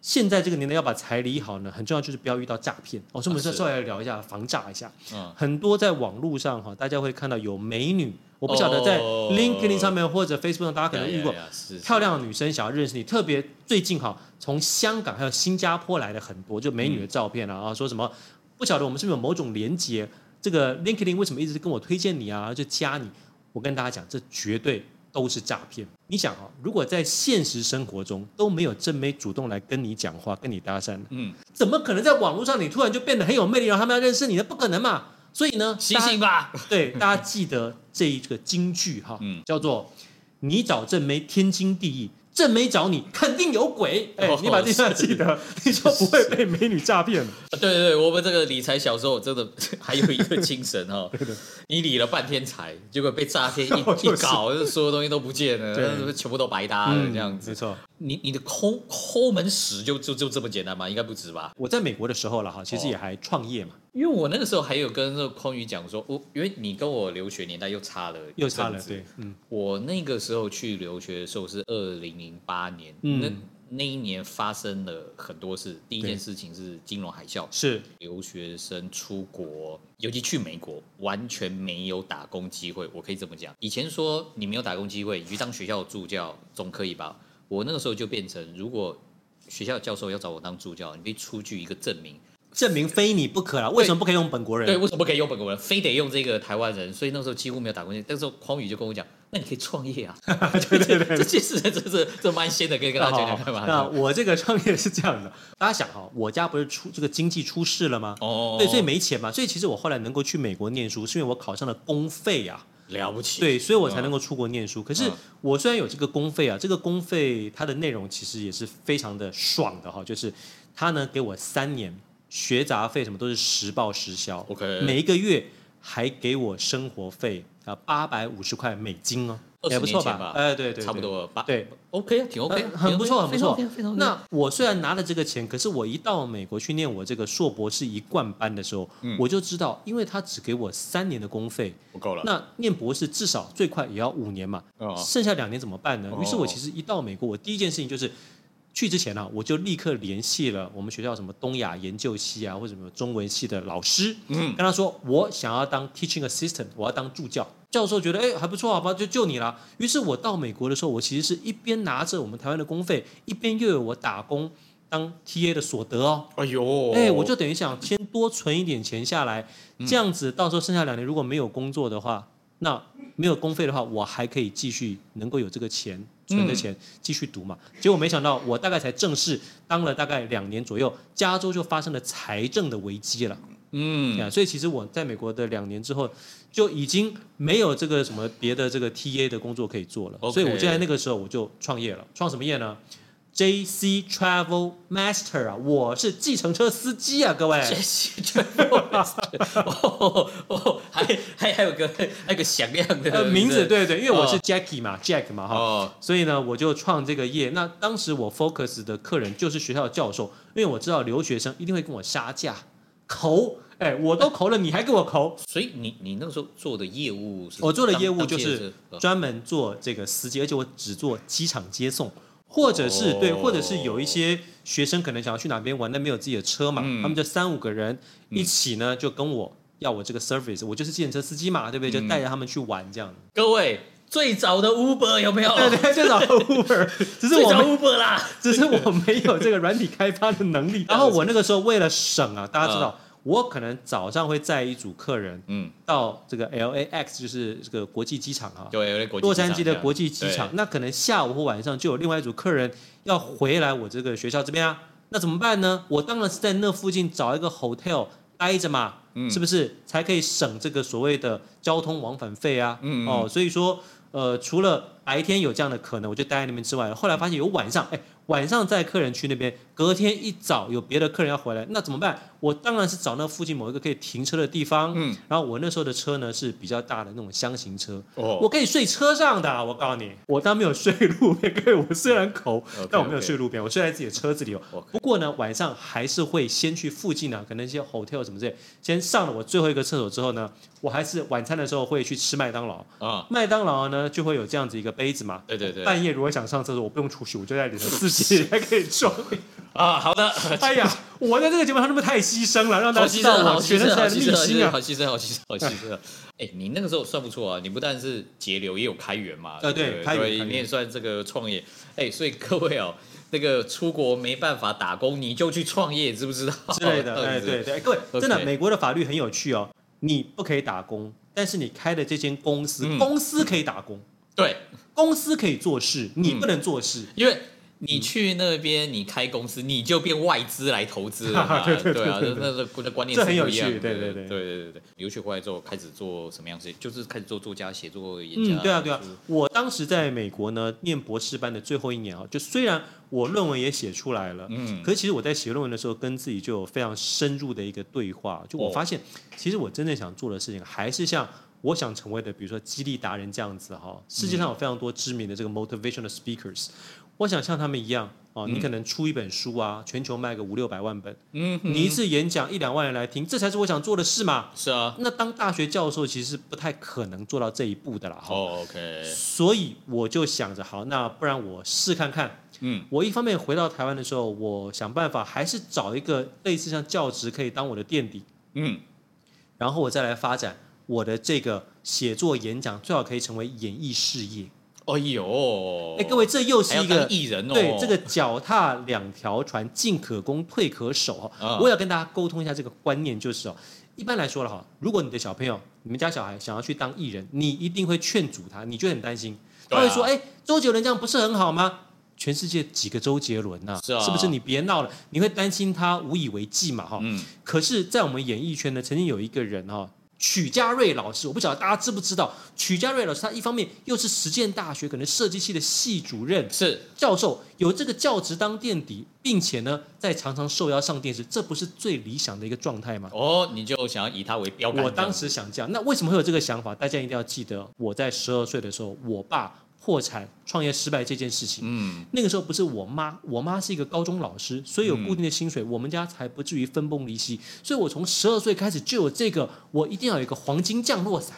[SPEAKER 2] 现在这个年代要把财理好呢，很重要就是不要遇到诈骗。哦，所以我们
[SPEAKER 1] 啊
[SPEAKER 2] 再
[SPEAKER 1] 是
[SPEAKER 2] 稍微来聊一下防诈一下。
[SPEAKER 1] 嗯，
[SPEAKER 2] 很多在网络上哈，大家会看到有美女，我不晓得在
[SPEAKER 1] 哦
[SPEAKER 2] LinkedIn 上面或者 Facebook 上，大家可能遇
[SPEAKER 1] 嗯
[SPEAKER 2] 过
[SPEAKER 1] 呀呀呀是是
[SPEAKER 2] 漂亮的女生想要认识你，特别最近哈，从香港还有新加坡来的很多，就美女的照片啊，啊说什么不晓得我们是不是有某种连接，这个 LinkedIn 为什么一直跟我推荐你啊，就加你？我跟大家讲，这绝对都是诈骗。你想哈、如果在现实生活中都没有正妹主动来跟你讲话、跟你搭讪，
[SPEAKER 1] 嗯，
[SPEAKER 2] 怎么可能在网络上你突然就变得很有魅力，让他们要认识你呢？不可能嘛！所以呢，
[SPEAKER 1] 醒
[SPEAKER 2] 大家
[SPEAKER 1] 醒吧，
[SPEAKER 2] 对，大家记得这一个京剧哈，
[SPEAKER 1] 嗯
[SPEAKER 2] 叫做“你找正妹天经地义，正妹找你肯定有鬼，哎、
[SPEAKER 1] 哦
[SPEAKER 2] 你把这段记得，你就不会被美女诈骗了。
[SPEAKER 1] 啊对对对，我们这个理财小时候真的 还有一个精神 哦，你理了半天财，结果被诈骗一
[SPEAKER 2] 就是
[SPEAKER 1] 一搞，就所有东西都不见了，
[SPEAKER 2] 对嗯
[SPEAKER 1] 全部都白搭了这样子。
[SPEAKER 2] 没错。
[SPEAKER 1] 你你的抠抠门史就就就这么简单吗？应该不止吧？
[SPEAKER 2] 我在美国的时候了哈，其实也还创业嘛，
[SPEAKER 1] 因为我那个时候还有跟那个匡宇讲说，我因为你跟我留学年代又差了
[SPEAKER 2] 又差
[SPEAKER 1] 一
[SPEAKER 2] 了，
[SPEAKER 1] 阵子
[SPEAKER 2] 对，嗯，
[SPEAKER 1] 我那个时候去留学的时候是二零零八年，
[SPEAKER 2] 嗯
[SPEAKER 1] 那那一年发生了很多事。第一件事情是金融海啸，
[SPEAKER 2] 是
[SPEAKER 1] 留学生出国，尤其去美国，完全没有打工机会。我可以这么讲，以前说你没有打工机会，你去当学校的助教总可以吧？我那个时候就变成，如果学校教授要找我当助教，你必须出具一个证明，
[SPEAKER 2] 证明非你不可了，为什么不可以用本国人？
[SPEAKER 1] 对，为什么不可以用本国人，非得用这个台湾人？所以那时候几乎没有打工经验。但是匡宇就跟我讲，那你可以创业 啊，对对对，这件事真是这蛮鲜的，可以跟他讲讲看嘛。
[SPEAKER 2] 那我这个创业是这样的，大家想哈、我家不是出这个经济出事了吗？
[SPEAKER 1] 哦，
[SPEAKER 2] 对，所以没钱嘛，所以其实我后来能够去美国念书，是因为我考上了公费啊，
[SPEAKER 1] 了不起，
[SPEAKER 2] 对，所以我才能够出国念书。可是
[SPEAKER 1] 嗯
[SPEAKER 2] 我虽然有这个公费啊，这个公费它的内容其实也是非常的爽的哈，就是他呢给我三年学杂费什么都是实报实销
[SPEAKER 1] OK
[SPEAKER 2] 每一个月还给我生活费啊八百五十块美金哦，
[SPEAKER 1] 20
[SPEAKER 2] 也不错
[SPEAKER 1] 年前吧
[SPEAKER 2] 哎、对对对，
[SPEAKER 1] 差不多了吧？
[SPEAKER 2] 对。
[SPEAKER 1] ，OK 啊，挺 OK，
[SPEAKER 2] 呃很不错，很不错。
[SPEAKER 1] 那
[SPEAKER 2] 那我虽然拿了这个钱，可是我一到美国去念我这个硕博士一贯班的时候，我就知道，因为他只给我三年的公费，
[SPEAKER 1] 不够了。
[SPEAKER 2] 那念博士至少最快也要五年嘛，
[SPEAKER 1] 哦
[SPEAKER 2] 剩下两年怎么办呢？
[SPEAKER 1] 哦
[SPEAKER 2] 于是我其实一到美国，我第一件事情就是去之前啊，我就立刻联系了我们学校什么东亚研究系啊，或者什么中文系的老师，
[SPEAKER 1] 嗯
[SPEAKER 2] 跟他说我想要当 teaching assistant，我要当助教。教授觉得哎还不错，好吧，就就你啦。于是我到美国的时候，我其实是一边拿着我们台湾的公费，一边又有我打工当 TA 的所得哦。
[SPEAKER 1] 哎呦，
[SPEAKER 2] 哎、我就等于想先多存一点钱下来，这样子到时候剩下两年如果没有工作的话，那没有公费的话，我还可以继续能够有这个钱存的钱继续读嘛。结果没想到我大概才正式当了大概两年左右，加州就发生了财政的危机了。
[SPEAKER 1] 嗯，
[SPEAKER 2] 啊，所以其实我在美国的两年之后，就已经没有这个什么别的这个 TA 的工作可以做了
[SPEAKER 1] OK
[SPEAKER 2] 所以我就在那个时候我就创业了，创什么业呢？JC Travel Master 啊，我是计程车司机啊，各位。
[SPEAKER 1] 这是全部哦哦，还还还有个还有个响亮
[SPEAKER 2] 呃，
[SPEAKER 1] 的
[SPEAKER 2] 名字对对，因为我是
[SPEAKER 1] 哦
[SPEAKER 2] Jackie 嘛、j a c k 嘛哈，
[SPEAKER 1] 哦，
[SPEAKER 2] 所以呢，我就创这个业。那当时我 focus 的客人就是学校的教授，因为我知道留学生一定会跟我杀价，抠，哎，我都抠了，你还给我抠，
[SPEAKER 1] 所以你你那个时候做的业务是什么，
[SPEAKER 2] 我做的
[SPEAKER 1] 当
[SPEAKER 2] 业务
[SPEAKER 1] 当
[SPEAKER 2] 就
[SPEAKER 1] 记者
[SPEAKER 2] 是
[SPEAKER 1] 哦
[SPEAKER 2] 专门做这个司机，而且我只做机场接送，或者是对，
[SPEAKER 1] 哦
[SPEAKER 2] 或者是有一些学生可能想要去哪边玩，但没有自己的车嘛，
[SPEAKER 1] 嗯
[SPEAKER 2] 他们就三五个人一起呢，就跟我要我这个 service，我就是计程车司机嘛，对不对？就带着他们去玩这样。
[SPEAKER 1] 呃各位最早的 Uber 有没有？
[SPEAKER 2] 对对，最早 Uber，只是
[SPEAKER 1] 最
[SPEAKER 2] 我
[SPEAKER 1] 早
[SPEAKER 2] 们
[SPEAKER 1] Uber 啦。
[SPEAKER 2] 只是我没有这个软体开发的能力。然后我那个时候为了省啊，大家知道，我可能早上会载一组客人
[SPEAKER 1] 嗯，
[SPEAKER 2] 到这个 LAX，就是这个国际机场啊，
[SPEAKER 1] 对，有点国际
[SPEAKER 2] 洛杉矶
[SPEAKER 1] 机场这
[SPEAKER 2] 的
[SPEAKER 1] 样
[SPEAKER 2] 国际机场，，那可能下午或晚上就有另外一组客人要回来我这个学校这边啊，那怎么办呢？我当然是在那附近找一个 hotel 待着嘛，
[SPEAKER 1] 嗯
[SPEAKER 2] 是不是才可以省这个所谓的交通往返费啊？
[SPEAKER 1] 嗯嗯
[SPEAKER 2] 哦，所以说呃，除了白天有这样的可能，我就待在那边之外，后来发现有晚上，哎。晚上载客人去那边，隔天一早有别的客人要回来，那怎么办？我当然是找那附近某一个可以停车的地方。
[SPEAKER 1] 嗯，
[SPEAKER 2] 然后我那时候的车呢是比较大的那种箱型车，
[SPEAKER 1] 对哦，
[SPEAKER 2] 我可以睡车上的啊、我告诉你，我当然没有睡路边，各位，我虽然口
[SPEAKER 1] OK，
[SPEAKER 2] 但我没有睡路边，我睡在自己的车子里哦。
[SPEAKER 1] OK
[SPEAKER 2] 不过呢，晚上还是会先去附近啊，可能一些 hotel 什么之类，先上了我最后一个厕所之后呢，我还是晚餐的时候会去吃麦当劳。
[SPEAKER 1] 啊，
[SPEAKER 2] 麦当劳呢就会有这样子一个杯子嘛，
[SPEAKER 1] 对对对
[SPEAKER 2] 半夜如果想上厕所，我不用出去，我就在里头 自己还可以装。
[SPEAKER 1] 啊，好的，
[SPEAKER 2] 哎呀，我在这个节目上是不是太牺牲了，让大
[SPEAKER 1] 好
[SPEAKER 2] 家
[SPEAKER 1] 牺
[SPEAKER 2] 知
[SPEAKER 1] 牲，
[SPEAKER 2] 道
[SPEAKER 1] 好
[SPEAKER 2] 我
[SPEAKER 1] 牺
[SPEAKER 2] 学生
[SPEAKER 1] 牲，
[SPEAKER 2] 时
[SPEAKER 1] 好
[SPEAKER 2] 代的
[SPEAKER 1] 牺
[SPEAKER 2] 秘辛
[SPEAKER 1] 牲，
[SPEAKER 2] 啊
[SPEAKER 1] 好。牺牲，好牺牲，好牺牲。哎，你那个时候算不错啊，你不但是节流，也有开源嘛，对
[SPEAKER 2] 呃
[SPEAKER 1] 不
[SPEAKER 2] 对
[SPEAKER 1] 对，
[SPEAKER 2] 开源
[SPEAKER 1] 对
[SPEAKER 2] 开源
[SPEAKER 1] 你也算这个创业。哎，所以各位哦，那个出国没办法打工，你就去创业，知不知道？
[SPEAKER 2] 之类的。
[SPEAKER 1] 这样
[SPEAKER 2] 哎，
[SPEAKER 1] 子
[SPEAKER 2] 对，对，哎各位，
[SPEAKER 1] OK
[SPEAKER 2] 真的，美国的法律很有趣哦，你不可以打工，但是你开的这间公司，
[SPEAKER 1] 嗯
[SPEAKER 2] 公司可以打工，
[SPEAKER 1] 对，嗯
[SPEAKER 2] 公司可以做事，你不能做事。
[SPEAKER 1] 因为
[SPEAKER 2] 嗯
[SPEAKER 1] 你去那边，你开公司，你就变外资来投资了嘛？
[SPEAKER 2] 对对对
[SPEAKER 1] 对啊，
[SPEAKER 2] 对
[SPEAKER 1] 那
[SPEAKER 2] 对对
[SPEAKER 1] 那那那观念
[SPEAKER 2] 这
[SPEAKER 1] 是
[SPEAKER 2] 很有
[SPEAKER 1] 不一样的。
[SPEAKER 2] 趣对对
[SPEAKER 1] 对
[SPEAKER 2] 对
[SPEAKER 1] 对对对留学回来之后开始做什么样的事情？就是开始做作家、写作、演讲。
[SPEAKER 2] 嗯，对啊，对啊
[SPEAKER 1] 就是，
[SPEAKER 2] 我当时在美国呢，念博士班的最后一年啊，就虽然我论文也写出来了，
[SPEAKER 1] 嗯，
[SPEAKER 2] 可是其实我在写论文的时候，跟自己就有非常深入的一个对话。就我
[SPEAKER 1] 哦
[SPEAKER 2] 发现，其实我真正想做的事情，还是像我想成为的，比如说激励达人这样子哈。世界上有非常多知名的这个 motivational speakers，我想像他们一样哦，你可能出一本书啊，全球卖个五六百万本，
[SPEAKER 1] 嗯，
[SPEAKER 2] 你一次演讲一两万人来听，这才是我想做的事嘛。
[SPEAKER 1] 是啊。
[SPEAKER 2] 那当大学教授其实不太可能做到这一步的啦。哈。
[SPEAKER 1] 哦，OK，
[SPEAKER 2] 所以我就想着，好，那不然我试看看。
[SPEAKER 1] 嗯，
[SPEAKER 2] 我一方面回到台湾的时候，我想办法还是找一个类似像教职可以当我的垫底，
[SPEAKER 1] 嗯，
[SPEAKER 2] 然后我再来发展我的这个写作演讲，最好可以成为演艺事业。
[SPEAKER 1] 哎呦，
[SPEAKER 2] 哎，各位，这又
[SPEAKER 1] 还
[SPEAKER 2] 是
[SPEAKER 1] 要
[SPEAKER 2] 一个
[SPEAKER 1] 当艺人哦，
[SPEAKER 2] 对这个脚踏两条船，进可攻，退可守哈。
[SPEAKER 1] 啊
[SPEAKER 2] 我也要跟大家沟通一下这个观念，就是哦，一般来说了哈，如果你的小朋友，你们家小孩想要去当艺人，你一定会劝阻他，你就很担心，他
[SPEAKER 1] 对
[SPEAKER 2] 会
[SPEAKER 1] 啊
[SPEAKER 2] 说：“哎、周杰伦这样不是很好吗？”全世界几个周杰伦呐、
[SPEAKER 1] 是啊
[SPEAKER 2] 不是？你别闹了，你会担心他无以为继嘛哈。
[SPEAKER 1] 嗯，
[SPEAKER 2] 可是，在我们演艺圈呢，曾经有一个人哈、曲家瑞老师，我不晓得大家知不知道，曲家瑞老师他一方面又是实践大学可能设计系的系主任，
[SPEAKER 1] 是
[SPEAKER 2] 教授有这个教职当垫底，并且呢，在常常受邀上电视，这不是最理想的一个状态吗？
[SPEAKER 1] 哦，你就想要以他为标杆。
[SPEAKER 2] 我当时想这样，那为什么会有这个想法？大家一定要记得，我在十二岁的时候，我爸破产、创业失败这件事
[SPEAKER 1] 这
[SPEAKER 2] 情。
[SPEAKER 1] 样，嗯，
[SPEAKER 2] 那个时候不是我妈，我妈是一个高中老师，所以有固定的薪水，我们家才不至于分崩离析。所以我从十二岁开始就有这个，我一定要有一个黄金降落伞。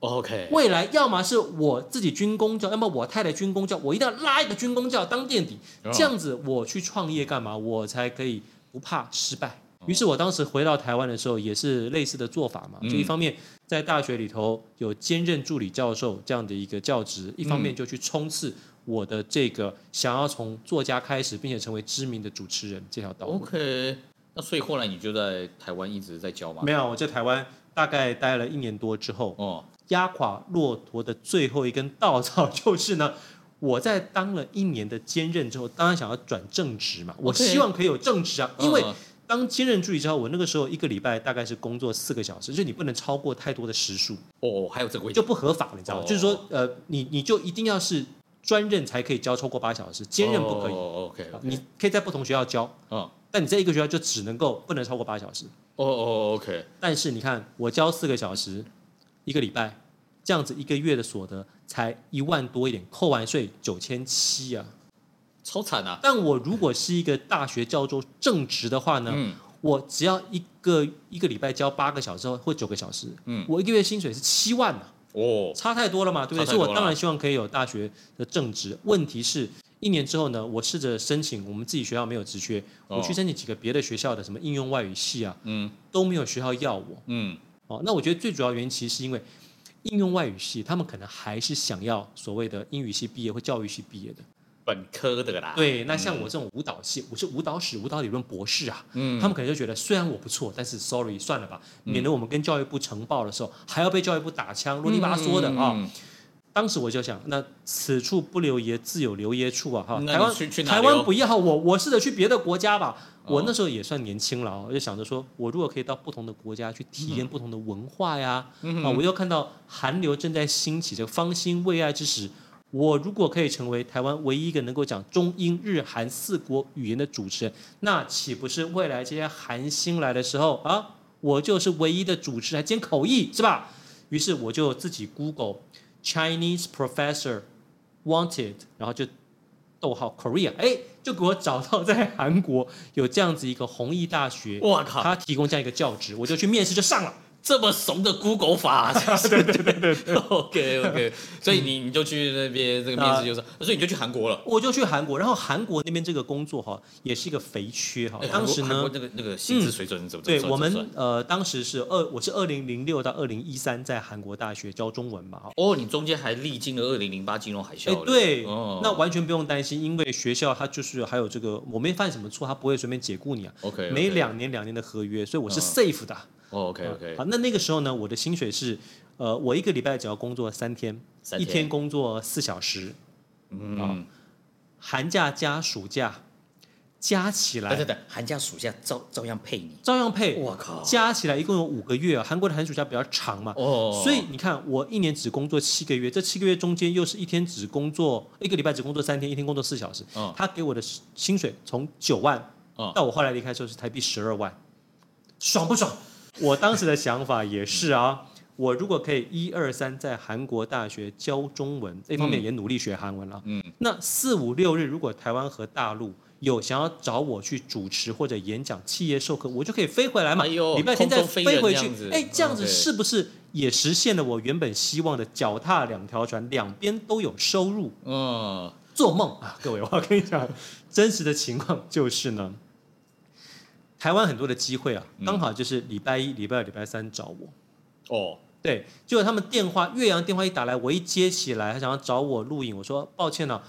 [SPEAKER 1] 哦 OK，
[SPEAKER 2] 未来要么是我自己军工教，要么我太太军工教，我一定要拉一个军工教当垫底，
[SPEAKER 1] 哦
[SPEAKER 2] 这样子我去创业干嘛？我才可以不怕失败。于是我当时回到台湾的时候，也是类似的做法嘛，
[SPEAKER 1] 嗯
[SPEAKER 2] 就一方面在大学里头有兼任助理教授这样的一个教职，一方面就去冲刺我的这个想要从作家开始，并且成为知名的主持人这条道路。
[SPEAKER 1] OK，那所以后来你就在台湾一直在教吗？
[SPEAKER 2] 哦没有，我在台湾大概待了一年多之后，
[SPEAKER 1] 哦，
[SPEAKER 2] 压垮骆驼的最后一根稻草就是呢， 我在当了一年的兼任之后，当然想要转正职嘛，我
[SPEAKER 1] OK
[SPEAKER 2] 希望可以有正职啊，因为
[SPEAKER 1] 哦嗯
[SPEAKER 2] 当兼任助理之后，我那个时候一个礼拜大概是工作四个小时，就是你不能超过太多的时数，
[SPEAKER 1] 哦，还有这个问题
[SPEAKER 2] 就不合法了，你知道吗？
[SPEAKER 1] 哦
[SPEAKER 2] 就是说，呃，你你就一定要是专任才可以教超过八小时，兼任不可以，
[SPEAKER 1] 哦，OK，
[SPEAKER 2] 啊你可以在不同学校教，
[SPEAKER 1] 嗯，哦
[SPEAKER 2] 但你在一个学校就只能够不能超过八小时。
[SPEAKER 1] 哦，OK，
[SPEAKER 2] 但是你看，我教四个小时，一个礼拜，这样子一个月的所得才一万多一点，扣完税九千七啊。
[SPEAKER 1] 超惨啊！
[SPEAKER 2] 但我如果是一个大学教授正职的话呢，
[SPEAKER 1] 嗯，
[SPEAKER 2] 我只要一个一个礼拜教八个小时或九个小时，
[SPEAKER 1] 嗯，
[SPEAKER 2] 我一个月薪水是七万啊，
[SPEAKER 1] 哦，
[SPEAKER 2] 差太多了嘛，对不对？
[SPEAKER 1] 差太
[SPEAKER 2] 所
[SPEAKER 1] 多
[SPEAKER 2] 以
[SPEAKER 1] 了
[SPEAKER 2] 我当然希望可以有大学的正职。问题是。一年之后呢，我试着申请我们自己学校没有职缺，我去
[SPEAKER 1] 哦
[SPEAKER 2] 申请几个别的学校的什么应用外语系啊，
[SPEAKER 1] 嗯
[SPEAKER 2] 都没有学校要我。
[SPEAKER 1] 嗯，
[SPEAKER 2] 哦，那我觉得最主要原因其实是因为应用外语系，他们可能还是想要所谓的英语系毕业或教育系毕业的。
[SPEAKER 1] 本科的啦。，
[SPEAKER 2] 对，那像我这种舞蹈系，我是舞蹈史、舞蹈理论博士啊，
[SPEAKER 1] 嗯，
[SPEAKER 2] 他们可能就觉得虽然我不错，但是 sorry 算了吧，免得我们跟教育部呈报的时候还要被教育部打枪，啰里吧嗦的啊。
[SPEAKER 1] 嗯。
[SPEAKER 2] 当时我就想，那此处不留爷，自有留爷处啊！哈，
[SPEAKER 1] 那
[SPEAKER 2] 台湾
[SPEAKER 1] 你去去哪
[SPEAKER 2] 台
[SPEAKER 1] 留
[SPEAKER 2] 湾不要我，我试着去别的国家吧。
[SPEAKER 1] 哦
[SPEAKER 2] 我那时候也算年轻了哦，我就想着说，我如果可以到不同的国家去体
[SPEAKER 1] 嗯
[SPEAKER 2] 验不同的文化呀，啊，我又看到韩流正在兴起，这个方兴未艾之时，我如果可以成为台湾唯一一个能够讲中英日韩四国语言的主持人，那岂不是未来这些韩星来的时候啊，我就是唯一的主持人，还兼口译是吧？于是我就自己 Google Chinese professor wanted，然后就逗号 Korea，哎，就给我找到在韩国有这样子一个弘毅大学，
[SPEAKER 1] 我靠，
[SPEAKER 2] 他提供这样一个教职，我就去面试就上了。
[SPEAKER 1] 这么怂的 Google 法， 对对对对，OK OK，所以你你就去那边这个面试就是，所以你就去韩国了。
[SPEAKER 2] 我就去韩国，然后韩国那边这个工作哈，也是一个肥缺哈
[SPEAKER 1] 哎。韩
[SPEAKER 2] 当
[SPEAKER 1] 国
[SPEAKER 2] 时
[SPEAKER 1] 韩国
[SPEAKER 2] 呢，
[SPEAKER 1] 那个那个薪资水准是怎么怎么
[SPEAKER 2] 对
[SPEAKER 1] 算
[SPEAKER 2] 我
[SPEAKER 1] 怎么
[SPEAKER 2] 们
[SPEAKER 1] 算
[SPEAKER 2] 呃，当时是二，我是二零零六到二零一三在韩国大学教中文嘛。哈
[SPEAKER 1] 哦，你中间还历经了二零零八金融海
[SPEAKER 2] 哎
[SPEAKER 1] 啸，，
[SPEAKER 2] 对，
[SPEAKER 1] 哦
[SPEAKER 2] 那完全不用担心，因为学校它就是还有这个，我没犯什么错，他不会随便解雇你啊。
[SPEAKER 1] OK，
[SPEAKER 2] 每两年两年的合约，所以我是
[SPEAKER 1] 嗯
[SPEAKER 2] safe 的。啊
[SPEAKER 1] OK OK，
[SPEAKER 2] 好，那那个时候呢，我的薪水是，呃，我一个礼拜只要工作三天，
[SPEAKER 1] 三
[SPEAKER 2] 一
[SPEAKER 1] 天
[SPEAKER 2] 天工作四小时，
[SPEAKER 1] 嗯
[SPEAKER 2] 啊寒假加暑假加起
[SPEAKER 1] 等等
[SPEAKER 2] 来，
[SPEAKER 1] 等，寒假暑假照照样配你。
[SPEAKER 2] 照样配。
[SPEAKER 1] 我靠
[SPEAKER 2] 加起来一共有五个月啊，韩国的寒暑假比较长嘛，
[SPEAKER 1] 哦，
[SPEAKER 2] 所以你看，我一年只工作七个月，这七个月中间又是一天只工作一个礼拜只工作三天，一天工作四小时。
[SPEAKER 1] 嗯
[SPEAKER 2] 他给我的薪水从九万
[SPEAKER 1] 嗯
[SPEAKER 2] 到我后来离开的时候是台币十二万，爽不爽？我当时的想法也是啊，我如果可以一二三在韩国大学教中文，这方面也努力学韩文了。
[SPEAKER 1] 嗯，
[SPEAKER 2] 那四五六日如果台湾和大陆。有想要找我去主持或者演讲、企业授课，我就可以飞回来嘛。
[SPEAKER 1] 哎呦
[SPEAKER 2] 礼拜天再
[SPEAKER 1] 空中飞人
[SPEAKER 2] 飞回
[SPEAKER 1] 这
[SPEAKER 2] 去
[SPEAKER 1] 样子，
[SPEAKER 2] 哎，这样
[SPEAKER 1] 嗯
[SPEAKER 2] 子
[SPEAKER 1] 对
[SPEAKER 2] 是。是不是也实现了我原本希望的脚踏两条船，两边都有收入？
[SPEAKER 1] 嗯，
[SPEAKER 2] 做梦啊！各位，我要跟你讲，真实的情况就是呢，台湾很多的机会啊，刚好就是礼拜一、礼拜二、礼拜三找我。
[SPEAKER 1] 哦，
[SPEAKER 2] 对，结果他们电话岳阳电话一打来，我一接起来，他想要找我录影，我说抱歉了、啊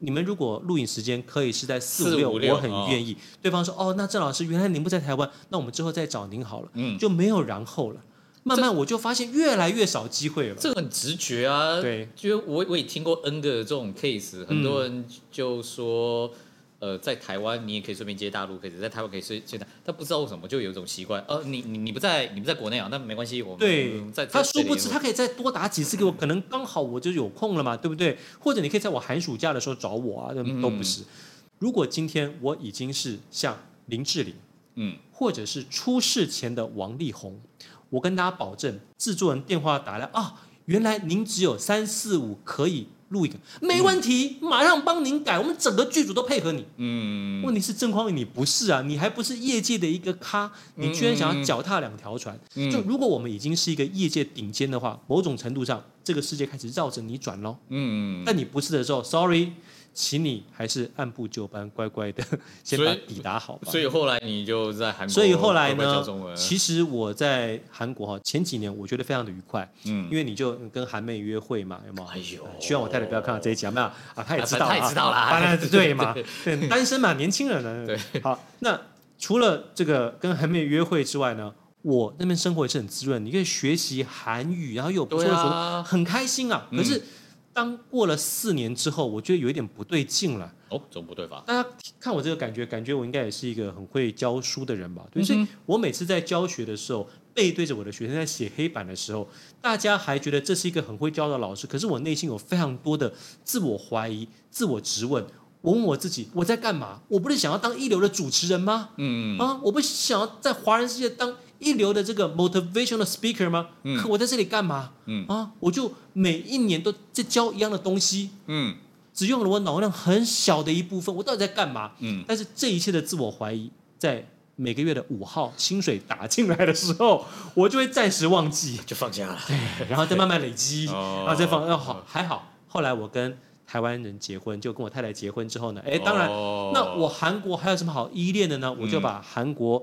[SPEAKER 2] 你们如果录影时间可以是在四五
[SPEAKER 1] 4-5-6
[SPEAKER 2] 六，我很愿意。对方说哦，那郑老师原来您不在台湾，那我们之后再找您好了，
[SPEAKER 1] 嗯
[SPEAKER 2] 就没有然后了。慢慢我就发现越来越少机会了，
[SPEAKER 1] 这个很直觉啊。
[SPEAKER 2] 对，
[SPEAKER 1] 就我我也听过 N 个这种 case，很多人就说。呃，在台湾你也可以顺便接大陆 case，在台湾可以顺接大，但不知道为什么就有一种习惯，呃，你你你不在你不在国内啊，那没关系，我们
[SPEAKER 2] 对
[SPEAKER 1] 嗯在，
[SPEAKER 2] 他
[SPEAKER 1] 在这
[SPEAKER 2] 殊
[SPEAKER 1] 里
[SPEAKER 2] 不知他可以再多打几次给我，可能刚好我就有空了嘛，对不对？或者你可以在我寒暑假的时候找我啊，
[SPEAKER 1] 嗯
[SPEAKER 2] 都不是。如果今天我已经是像林志玲，
[SPEAKER 1] 嗯，
[SPEAKER 2] 或者是出事前的王力宏，我跟大家保证，制作人电话打来啊，原来您只有三四五可以录一个，
[SPEAKER 1] 嗯
[SPEAKER 2] 没问题，马上帮您改，我们整个剧组都配合你。
[SPEAKER 1] 嗯，
[SPEAKER 2] 问题是郑匡宇，你不是啊，你还不是业界的一个咖，你居然想要脚踏两条船。
[SPEAKER 1] 嗯
[SPEAKER 2] 就如果我们已经是一个业界顶尖的话，某种程度上，这个世界开始绕着你转喽。
[SPEAKER 1] 嗯，
[SPEAKER 2] 但你不是的时候，sorry，请你还是按部就班，乖乖的 先把
[SPEAKER 1] 所以
[SPEAKER 2] 底打好吧
[SPEAKER 1] 所。以后来你就在韩国，
[SPEAKER 2] 所以后来
[SPEAKER 1] 乖乖教
[SPEAKER 2] 呢
[SPEAKER 1] 中文，
[SPEAKER 2] 其实我在韩国哈，前几年我觉得非常的愉快，
[SPEAKER 1] 嗯
[SPEAKER 2] 因，为你就跟韩妹约会嘛，有没有？
[SPEAKER 1] 哎呦
[SPEAKER 2] 呃希望我太太不要看到这一集，有没有？啊，她也知道
[SPEAKER 1] 啊她
[SPEAKER 2] 啊，
[SPEAKER 1] 也知道啦
[SPEAKER 2] 当 然是对嘛
[SPEAKER 1] 对，
[SPEAKER 2] 对，单身嘛，年轻人呢。对，好，那除了这个跟韩妹约会之外呢，我那边生活也是很滋润，你可以学习韩语，然后又有不错的
[SPEAKER 1] 对
[SPEAKER 2] 所
[SPEAKER 1] 啊嗯
[SPEAKER 2] 很开心啊。可是当过了四年之后，我觉得有一点不对劲了。
[SPEAKER 1] 哦，怎么不对吧？
[SPEAKER 2] 大家看我这个感觉，感觉我应该也是一个很会教书的人吧？
[SPEAKER 1] 嗯
[SPEAKER 2] 对，所以我每次在教学的时候，背对着我的学生在写黑板的时候，大家还觉得这是一个很会教的老师，可是我内心有非常多的自我怀疑、自我质问。我问我自己，我在干嘛？我不是想要当一流的主持人吗？
[SPEAKER 1] 嗯，
[SPEAKER 2] 啊，我不是想要在华人世界当一流的这个 motivational speaker 吗？
[SPEAKER 1] 嗯
[SPEAKER 2] 可我在这里干嘛？
[SPEAKER 1] 嗯
[SPEAKER 2] 啊，我就每一年都在教一样的东西，
[SPEAKER 1] 嗯
[SPEAKER 2] 只用了我脑量很小的一部分，我到底在干嘛？
[SPEAKER 1] 嗯，
[SPEAKER 2] 但是这一切的自我怀疑，在每个月的五号薪水打进来的时候， 我就会暂时忘 记，
[SPEAKER 1] 就放假了。
[SPEAKER 2] 然后再慢慢累积，
[SPEAKER 1] 哦
[SPEAKER 2] 然后再放。要好还好，后来我跟台湾人结婚，就跟我太太结婚之后呢，哎，当然，
[SPEAKER 1] 哦嗯
[SPEAKER 2] 那我韩国还有什么好依恋的呢？我就把韩国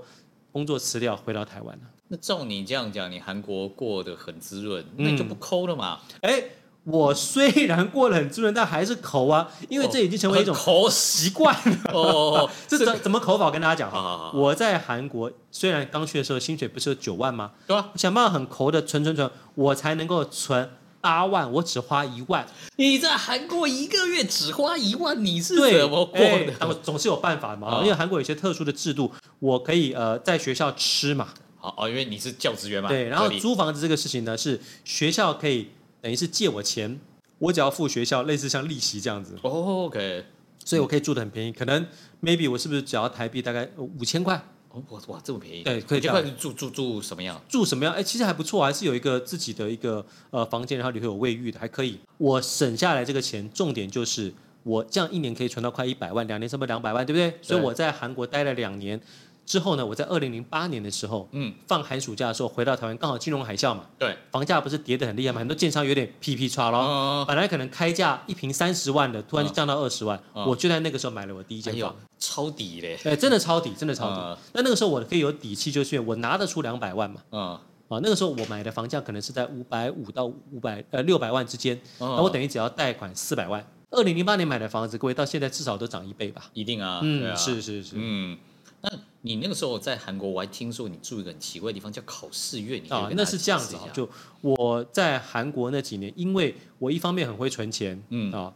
[SPEAKER 2] 工作辞掉，回到台湾了。
[SPEAKER 1] 那照你这样讲，你韩国过得很滋润，那你就
[SPEAKER 2] 嗯
[SPEAKER 1] 不抠了嘛？
[SPEAKER 2] 哎，我虽然过了很滋润，但还是口啊，因为这已经成为一种
[SPEAKER 1] 哦很抠
[SPEAKER 2] 习惯 了。
[SPEAKER 1] 哦，
[SPEAKER 2] 这怎怎么口法？我跟大家讲
[SPEAKER 1] 好好
[SPEAKER 2] 哈
[SPEAKER 1] 好，
[SPEAKER 2] 我在韩国虽然刚去的时候薪水不是有九万吗？
[SPEAKER 1] 对 吧？
[SPEAKER 2] 我想办法很抠的存存存，我才能够存八万，我只花一万。
[SPEAKER 1] 你在韩国一个月只花一万，你是
[SPEAKER 2] 对，
[SPEAKER 1] 怎么过
[SPEAKER 2] 哎
[SPEAKER 1] 的？
[SPEAKER 2] 当然总是有办法嘛，
[SPEAKER 1] 啊
[SPEAKER 2] 因为韩国有些特殊的制度，我可以呃在学校吃嘛，
[SPEAKER 1] 好哦，因为你是教职员嘛。
[SPEAKER 2] 对，然后
[SPEAKER 1] 合理
[SPEAKER 2] 租房子这个事情呢是学校可以等于是借我钱，我只要付学校类似像利息这样子，
[SPEAKER 1] 哦 OK，
[SPEAKER 2] 所以我可以住的很便宜，可能 maybe 我是不是只要台币大概呃五千块？
[SPEAKER 1] 哦哇哇这么便宜，
[SPEAKER 2] 对可以
[SPEAKER 1] 你这
[SPEAKER 2] 这样
[SPEAKER 1] 块住住住什么样？
[SPEAKER 2] 住什么样？哎，其实还不错，还是有一个自己的一个呃房间，然后里头有卫浴的，还可以。我省下来这个钱，重点就是我这样一年可以存到快一百万，两年差不多两百万，对不对？所以我在韩国待了两年之后呢，我在二零零八年的时候，
[SPEAKER 1] 嗯，
[SPEAKER 2] 放寒暑假的时候回到台湾，刚好金融海啸嘛，
[SPEAKER 1] 对，
[SPEAKER 2] 房价不是跌得很厉害嘛，很多建商有点屁屁叉咯。
[SPEAKER 1] 嗯哦，
[SPEAKER 2] 本来可能开价一平三十万的，突然就降到二十万，
[SPEAKER 1] 嗯
[SPEAKER 2] 我就在那个时候买了我第一
[SPEAKER 1] 哎
[SPEAKER 2] 间房
[SPEAKER 1] 呦。，抄底嘞，
[SPEAKER 2] 哎，真的超底，真的超
[SPEAKER 1] 嗯
[SPEAKER 2] 底。那那个时候我可以有底气，就是因为我拿得出两百万嘛。
[SPEAKER 1] 嗯，
[SPEAKER 2] 啊，那个时候我买的房价可能是在五百五到五百呃六百万之间，
[SPEAKER 1] 哦
[SPEAKER 2] 那我等于只要贷款四百万。二零零八年买的房子，各位到现在至少都涨一倍吧？
[SPEAKER 1] 一定啊，对啊
[SPEAKER 2] 嗯，是是是。
[SPEAKER 1] 嗯，那你那个时候在韩国，我还听说你住一个很奇怪的地方，叫考试院。你可以
[SPEAKER 2] 啊，
[SPEAKER 1] 跟
[SPEAKER 2] 那
[SPEAKER 1] 大家
[SPEAKER 2] 是这样
[SPEAKER 1] 解释
[SPEAKER 2] 子
[SPEAKER 1] 一
[SPEAKER 2] 啊
[SPEAKER 1] 下，
[SPEAKER 2] 就我在韩国那几年，因为我一方面很会存钱，
[SPEAKER 1] 嗯
[SPEAKER 2] 啊，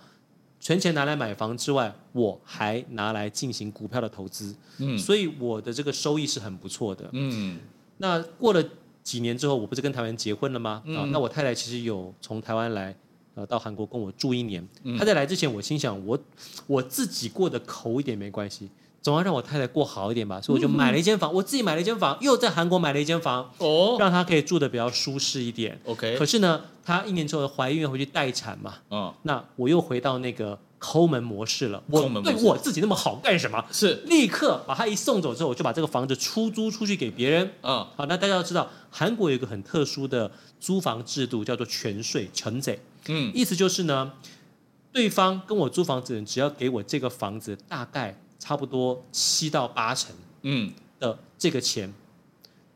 [SPEAKER 2] 存钱拿来买房之外，我还拿来进行股票的投资，
[SPEAKER 1] 嗯
[SPEAKER 2] 所以我的这个收益是很不错的。
[SPEAKER 1] 嗯
[SPEAKER 2] 那过了几年之后，我不是跟台湾结婚了吗？啊，
[SPEAKER 1] 嗯
[SPEAKER 2] 那我太太其实有从台湾来，呃，到韩国跟我住一年。
[SPEAKER 1] 嗯
[SPEAKER 2] 她在来之前，我心想我我自己过得抠一点没关系，总要让我太太过好一点吧，所以我就买了 一间房，我自己买了一间房，又在韩国买了一间房，
[SPEAKER 1] 哦
[SPEAKER 2] 让她可以住的比较舒适一点。
[SPEAKER 1] ，OK，
[SPEAKER 2] 可是呢，她一年之后怀孕回去待产嘛，
[SPEAKER 1] 嗯，
[SPEAKER 2] 那我又回到那个抠门模式了。我
[SPEAKER 1] 抠门模
[SPEAKER 2] 对
[SPEAKER 1] 式
[SPEAKER 2] 我自己那么好干什么？
[SPEAKER 1] 是，
[SPEAKER 2] 立刻把她一送走之后，我就把这个房子出租出去给别人。
[SPEAKER 1] 嗯
[SPEAKER 2] 好，那大家要知道，韩国有一个很特殊的租房制度，叫做全税全贼，
[SPEAKER 1] 嗯
[SPEAKER 2] 意思就是呢，对方跟我租房子的人，只要给我这个房子大概差不多七到八成
[SPEAKER 1] 嗯，
[SPEAKER 2] 的这个钱，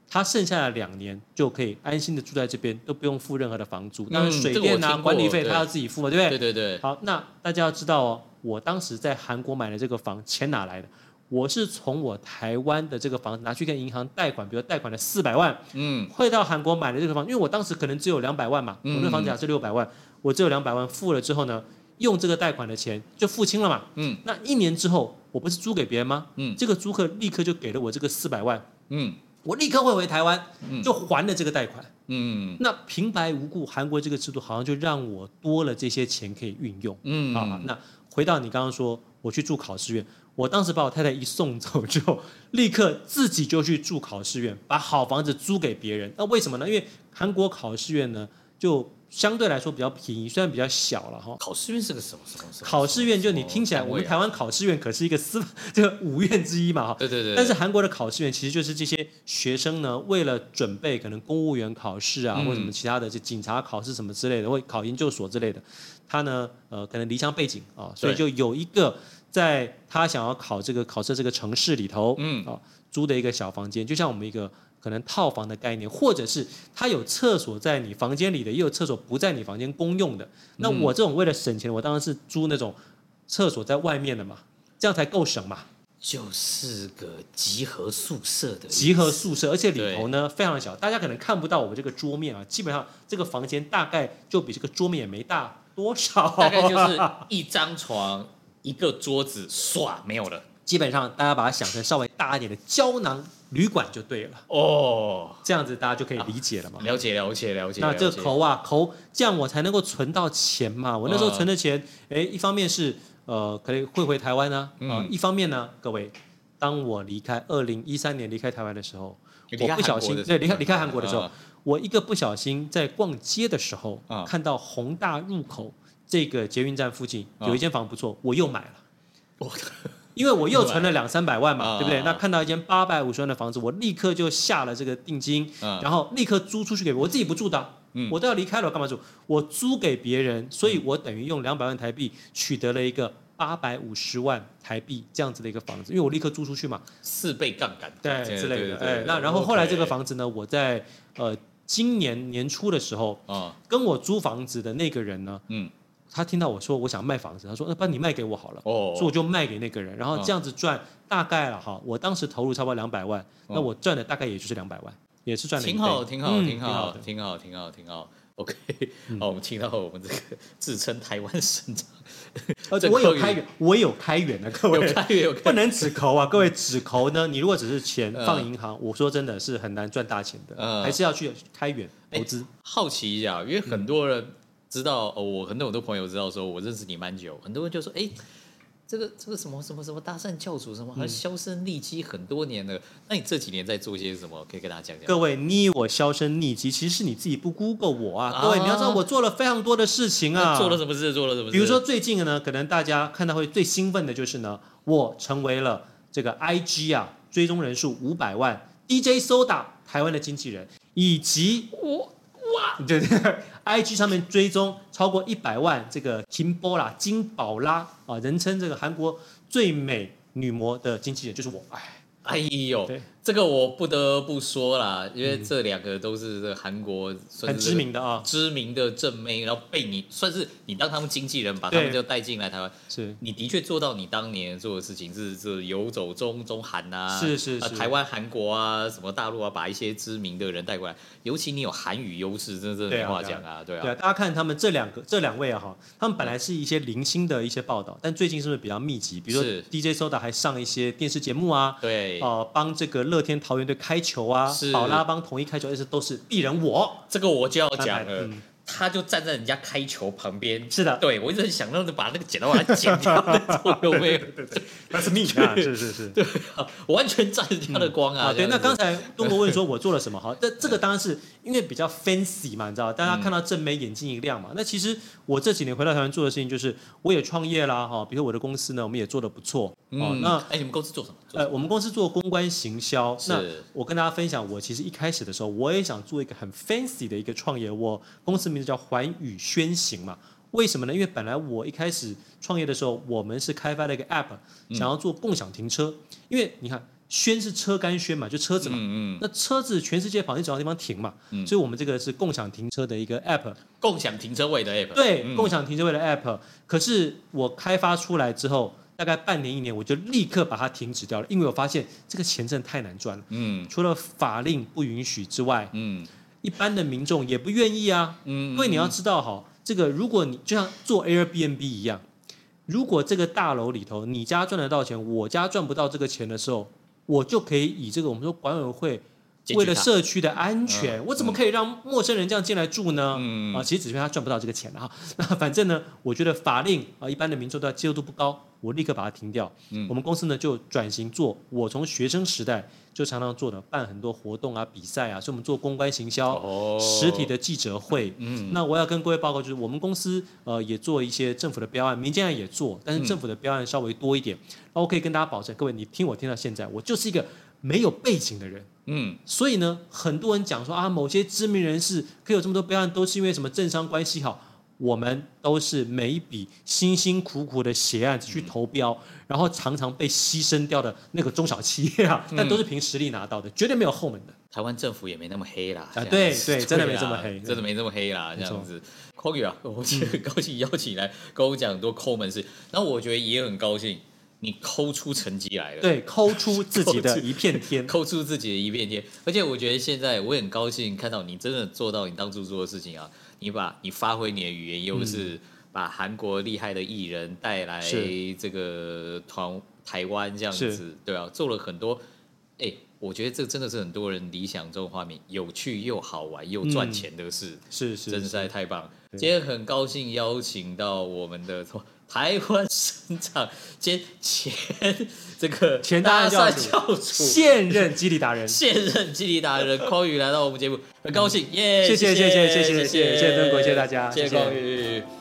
[SPEAKER 2] 他剩下的两年就可以安心的住在这边，都不用付任何的房租，那
[SPEAKER 1] 嗯
[SPEAKER 2] 水
[SPEAKER 1] 这个我
[SPEAKER 2] 电啊、
[SPEAKER 1] 听过
[SPEAKER 2] 管理费
[SPEAKER 1] 对
[SPEAKER 2] 他要自己付嘛，对不
[SPEAKER 1] 对对对，
[SPEAKER 2] 好，那大家要知道哦，我当时在韩国买的这个房，钱哪来的？我是从我台湾的这个房拿去跟银行贷款，比如贷款了四百万，
[SPEAKER 1] 嗯
[SPEAKER 2] 汇到韩国买了这个房，因为我当时可能只有两百万嘛，
[SPEAKER 1] 嗯
[SPEAKER 2] 我那房价是六百万，我只有两百万付了之后呢，用这个贷款的钱就付清了嘛。
[SPEAKER 1] 嗯
[SPEAKER 2] 那一年之后，我不是租给别人吗？
[SPEAKER 1] 嗯
[SPEAKER 2] 这个租客立刻就给了我这个四百万，
[SPEAKER 1] 嗯
[SPEAKER 2] 我立刻汇回台湾
[SPEAKER 1] 嗯，
[SPEAKER 2] 就还了这个贷款。
[SPEAKER 1] 嗯
[SPEAKER 2] 那平白无故，韩国这个制度好像就让我多了这些钱可以运用。
[SPEAKER 1] 嗯，
[SPEAKER 2] 啊，那回到你刚刚说，我去住考试院，我当时把我太太一送走之后， 立刻自己就去住考试院，把好房子租给别人。那为什么呢？因为韩国考试院呢，就相对来说比较便宜，虽然比较小了哈。
[SPEAKER 1] 考试院是个什么什么什么？
[SPEAKER 2] 考试院就你
[SPEAKER 1] 什么
[SPEAKER 2] 听起来，
[SPEAKER 1] 单
[SPEAKER 2] 我
[SPEAKER 1] 位
[SPEAKER 2] 们
[SPEAKER 1] 啊
[SPEAKER 2] 台湾考试院可是一个司法 这个五院之一嘛哈。
[SPEAKER 1] 对对对，
[SPEAKER 2] 但是韩国的考试院其实就是这些学生呢，为了准备可能公务员考试啊，
[SPEAKER 1] 嗯
[SPEAKER 2] 或者什么其他的，就警察考试什么之类的，或考研究所之类的，他呢，呃，可能离乡背景啊，所以就有一个在他想要考这个考试这个城市里头，
[SPEAKER 1] 嗯
[SPEAKER 2] 啊，租的一个小房间，就像我们一个。可能套房的概念，或者是他有厕所在你房间里的，也有厕所不在你房间公用的。那
[SPEAKER 1] 嗯
[SPEAKER 2] 我这种为了省钱，我当然是租那种厕所在外面的嘛，这样才够省嘛。
[SPEAKER 1] 就是个集合宿舍的
[SPEAKER 2] 集合宿舍，而且里头呢非常小，大家可能看不到我们这个桌面啊，基本上这个房间大概就比这个桌面也没大多少，
[SPEAKER 1] 大概就是一张床、一个桌子，唰没有了。
[SPEAKER 2] 基本上大家把它想成稍微大一点的胶囊旅馆就对了，
[SPEAKER 1] 哦，
[SPEAKER 2] 这样子大家就可以理解了嘛。
[SPEAKER 1] 了解了解了解。
[SPEAKER 2] 啊那这
[SPEAKER 1] 了
[SPEAKER 2] 个
[SPEAKER 1] 解
[SPEAKER 2] 口啊口，这样我才能够存到钱嘛。我那时候存的钱，哎、一方面是呃，可以会回台湾啊，啊、
[SPEAKER 1] 嗯
[SPEAKER 2] 一方面呢，各位，当我离开二零一三年离开台湾的时候，
[SPEAKER 1] 离开
[SPEAKER 2] 我不小
[SPEAKER 1] 韩国
[SPEAKER 2] 心
[SPEAKER 1] 的
[SPEAKER 2] 对离开
[SPEAKER 1] 时候
[SPEAKER 2] 离开韩国的时候，
[SPEAKER 1] 啊
[SPEAKER 2] 我一个不小心在逛街的时候，
[SPEAKER 1] 啊
[SPEAKER 2] 看到宏大入口这个捷运站附近
[SPEAKER 1] 啊
[SPEAKER 2] 有一间房不错，我又买了。
[SPEAKER 1] 我
[SPEAKER 2] 因为我又存了两三百万
[SPEAKER 1] 啊
[SPEAKER 2] 嘛，对不对
[SPEAKER 1] 啊？
[SPEAKER 2] 那看到一间八百五十万的房子，我立刻就下了这个定金，
[SPEAKER 1] 嗯
[SPEAKER 2] 然后立刻租出去给我自己不住的
[SPEAKER 1] 嗯，
[SPEAKER 2] 我都要离开了，我干嘛住？我租给别人，所以我等于用两百万台币取得了一个八百五十万台币这样子的一个房子，因为我立刻租出去嘛，
[SPEAKER 1] 四倍杠杆
[SPEAKER 2] 对
[SPEAKER 1] 对
[SPEAKER 2] 之类
[SPEAKER 1] 对
[SPEAKER 2] 的。
[SPEAKER 1] 对
[SPEAKER 2] 哎
[SPEAKER 1] 对，
[SPEAKER 2] 那然后后来这个
[SPEAKER 1] OK
[SPEAKER 2] 房子呢，我在呃今年年初的时候，
[SPEAKER 1] 啊，
[SPEAKER 2] 跟我租房子的那个人呢，
[SPEAKER 1] 嗯，
[SPEAKER 2] 他听到我说我想卖房子，他说呃那不然你卖给我好了。
[SPEAKER 1] 哦，嗯
[SPEAKER 2] 所以我就卖给那个人，然后这样子赚大概了哈。我当时投入差不多两百万，
[SPEAKER 1] 嗯
[SPEAKER 2] 那我赚的大概也就是两百万，也是赚了一倍
[SPEAKER 1] 挺好，挺好，
[SPEAKER 2] 嗯
[SPEAKER 1] 挺好，
[SPEAKER 2] 的。嗯
[SPEAKER 1] 挺好，挺好，挺好。OK，好，我们听到我们这个自称台湾省长，
[SPEAKER 2] 而
[SPEAKER 1] 这
[SPEAKER 2] 且
[SPEAKER 1] 个
[SPEAKER 2] 我有
[SPEAKER 1] 口语
[SPEAKER 2] 开源，我有开源的，各
[SPEAKER 1] 有
[SPEAKER 2] 位
[SPEAKER 1] 开源有开
[SPEAKER 2] 不能只抠啊，各位只抠呢，你如果只是钱
[SPEAKER 1] 嗯
[SPEAKER 2] 放银行，我说真的是很难赚大钱
[SPEAKER 1] 嗯
[SPEAKER 2] 的，还是要去开源
[SPEAKER 1] 哎
[SPEAKER 2] 投资。
[SPEAKER 1] 好奇一下，因为
[SPEAKER 2] 嗯
[SPEAKER 1] 很多人知道，哦，我很多很多朋友知道说，我认识你蛮久，很多人就说，哎、这个这个什么什么什么搭讪教主什么，好像
[SPEAKER 2] 嗯
[SPEAKER 1] 销声匿迹很多年了。那你这几年在做些什么？可以跟大家讲讲。
[SPEAKER 2] 各位，你以我销声匿迹，其实是你自己不 Google 我啊。
[SPEAKER 1] 啊
[SPEAKER 2] 各位，你要知道我做了非常多的事情啊，
[SPEAKER 1] 那做了什么事？做了什么事？
[SPEAKER 2] 比如说，最近呢，可能大家看到会最兴奋的就是呢，我成为了这个 IG 啊追踪人数五百万 DJ Soda 台湾的经纪人，以及
[SPEAKER 1] 我
[SPEAKER 2] 哇，对对对，IG 上面追踪超过一百万这个金波啦金宝拉啊，人称这个韩国最美女模的经纪人就是我，哎，
[SPEAKER 1] 哎呦
[SPEAKER 2] 对，嗯
[SPEAKER 1] 这个我不得不说啦，因为这两个都是这个韩国算
[SPEAKER 2] 很
[SPEAKER 1] 是
[SPEAKER 2] 知名的啊，
[SPEAKER 1] 知名的正妹，然后被你算是你当他们经纪人，把他们
[SPEAKER 2] 对
[SPEAKER 1] 就带进来台湾。
[SPEAKER 2] 是
[SPEAKER 1] 你的确做到你当年做的事情，是是游走中中韩啊，
[SPEAKER 2] 是是
[SPEAKER 1] 啊
[SPEAKER 2] 是
[SPEAKER 1] 台湾、韩国啊，什么大陆啊，把一些知名的人带过来，尤其你有韩语优势，真的真的
[SPEAKER 2] 对
[SPEAKER 1] 没
[SPEAKER 2] 啊
[SPEAKER 1] 话
[SPEAKER 2] 对啊
[SPEAKER 1] 讲啊，对
[SPEAKER 2] 对
[SPEAKER 1] 啊，
[SPEAKER 2] 啊，大家看他们这两个这两位啊哈，他们本来是一些零星的一些报道，但最近是不是比较密集？比如说
[SPEAKER 1] 是
[SPEAKER 2] DJ Soda 还上一些电视节目啊，
[SPEAKER 1] 对，
[SPEAKER 2] 呃，帮这个乐天桃园队开球啊
[SPEAKER 1] 是，
[SPEAKER 2] 宝拉帮同一开球，这些都是鄙人 我
[SPEAKER 1] 这个我就要讲
[SPEAKER 2] 安排
[SPEAKER 1] 了，他就站在人家开球旁边，
[SPEAKER 2] 嗯是的，
[SPEAKER 1] 对我一直很想让他把那个剪刀把它剪掉，那种有没有？
[SPEAKER 2] 那是命啊，是 是是。
[SPEAKER 1] 我完全占人家的光 啊！
[SPEAKER 2] 啊，对，
[SPEAKER 1] 这样
[SPEAKER 2] 那
[SPEAKER 1] 子
[SPEAKER 2] 刚才东国问说我做了什么好，这 这个当然是因为比较 fancy 嘛，你
[SPEAKER 1] 嗯
[SPEAKER 2] 知道，大家看到正妹眼睛一亮嘛。那其实我这几年回到台湾做的事情就是，我也创业啦，哈，比如我的公司呢，我们也做的不错，哦，
[SPEAKER 1] 嗯，
[SPEAKER 2] 那
[SPEAKER 1] 哎，你们公司做什么？做
[SPEAKER 2] 呃，我们公司做公关行销。
[SPEAKER 1] 是
[SPEAKER 2] 那我跟大家分享，我其实一开始的时候，我也想做一个很 fancy 的一个创业。我公司名字叫环宇宣行嘛。为什么呢？因为本来我一开始创业的时候，我们是开发了一个 app，想要做共享停车。因为你看，宣是车干宣嘛，就车子嘛。
[SPEAKER 1] 嗯嗯，
[SPEAKER 2] 那车子全世界跑，你找到地方停嘛，
[SPEAKER 1] 嗯
[SPEAKER 2] 所以我们这个是共享停车的一个 app，
[SPEAKER 1] 共享停车位的 app，
[SPEAKER 2] 对，
[SPEAKER 1] 嗯
[SPEAKER 2] 共享停车位的 app。可是我开发出来之后，大概半年一年，我就立刻把它停止掉了，因为我发现这个钱真的太难赚了。
[SPEAKER 1] 嗯
[SPEAKER 2] 除了法令不允许之外，
[SPEAKER 1] 嗯
[SPEAKER 2] 一般的民众也不愿意啊。
[SPEAKER 1] 嗯，
[SPEAKER 2] 因为你要知道，哈，这个如果你就像做 Airbnb 一样，如果这个大楼里头你家赚得到钱，我家赚不到这个钱的时候，我就可以以这个我们说管委会
[SPEAKER 1] 解决
[SPEAKER 2] 为了
[SPEAKER 1] 它
[SPEAKER 2] 社区的安全，
[SPEAKER 1] 嗯
[SPEAKER 2] 我怎么可以让陌生人这样进来住呢？
[SPEAKER 1] 嗯
[SPEAKER 2] 啊，其实只是因为他赚不到这个钱啊。那反正呢，我觉得法令啊，一般的民众的接受度不高，我立刻把它停掉。
[SPEAKER 1] 嗯
[SPEAKER 2] 我们公司呢就转型做，我从学生时代就常常做的，办很多活动啊、比赛啊，所以我们做公关行销、
[SPEAKER 1] 哦
[SPEAKER 2] 实体的记者会。
[SPEAKER 1] 嗯
[SPEAKER 2] 那我要跟各位报告，就是我们公司呃也做一些政府的标案，民间案也做，但
[SPEAKER 1] 嗯
[SPEAKER 2] 是政府的标案稍微多一点。然后我可以跟大家保证，各位，你听我听到现在，我就是一个没有背景的人。
[SPEAKER 1] 嗯
[SPEAKER 2] 所以呢，很多人讲说啊，某些知名人士可以有这么多标案，都是因为什么政商关系好。我们都是每一笔辛辛苦苦的写案子去投标，然后常常被牺牲掉的那个中小企业 啊，但都是凭实力拿到的，绝对没有后门的。
[SPEAKER 1] 台湾政府也没那么黑啦，
[SPEAKER 2] 啊
[SPEAKER 1] 这样
[SPEAKER 2] 对
[SPEAKER 1] 子
[SPEAKER 2] 对真的没
[SPEAKER 1] 啦
[SPEAKER 2] 这么黑嗯
[SPEAKER 1] 真的没这么黑啦，这
[SPEAKER 2] 没错哦
[SPEAKER 1] 样子。匡宇啊，我觉得高兴邀请你来跟我讲很多抠门事，然后我觉得也很高兴你抠出成绩来了，，
[SPEAKER 2] 对，抠出自己的一片天。
[SPEAKER 1] 抠出自己的一片天。而且我觉得现在我也很高兴看到你真的做到你当初做的事情啊，你把你发挥你的语言优势，把韩国厉害的艺人带来
[SPEAKER 2] 嗯是
[SPEAKER 1] 这个团台湾这样子
[SPEAKER 2] 是，
[SPEAKER 1] 对啊，做了很多，哎、我觉得这真的是很多人理想中的画面，有趣又好玩又赚
[SPEAKER 2] 嗯
[SPEAKER 1] 钱的事，
[SPEAKER 2] 是
[SPEAKER 1] 真
[SPEAKER 2] 是
[SPEAKER 1] 实
[SPEAKER 2] 是，
[SPEAKER 1] 在太棒了！
[SPEAKER 2] 对
[SPEAKER 1] 今天很高兴邀请到我们的从台湾省长兼前这个
[SPEAKER 2] 前
[SPEAKER 1] 搭
[SPEAKER 2] 搭
[SPEAKER 1] 讪
[SPEAKER 2] 讪
[SPEAKER 1] 教
[SPEAKER 2] 教
[SPEAKER 1] 主。
[SPEAKER 2] 现任激励达人。
[SPEAKER 1] 现任基地达人匡宇来到我们节目，很高兴耶！
[SPEAKER 2] 谢谢谢谢
[SPEAKER 1] 谢
[SPEAKER 2] 谢谢谢谢谢谢谢谢谢谢谢谢谢谢谢谢大家
[SPEAKER 1] 谢谢
[SPEAKER 2] 谢谢
[SPEAKER 1] 匡宇。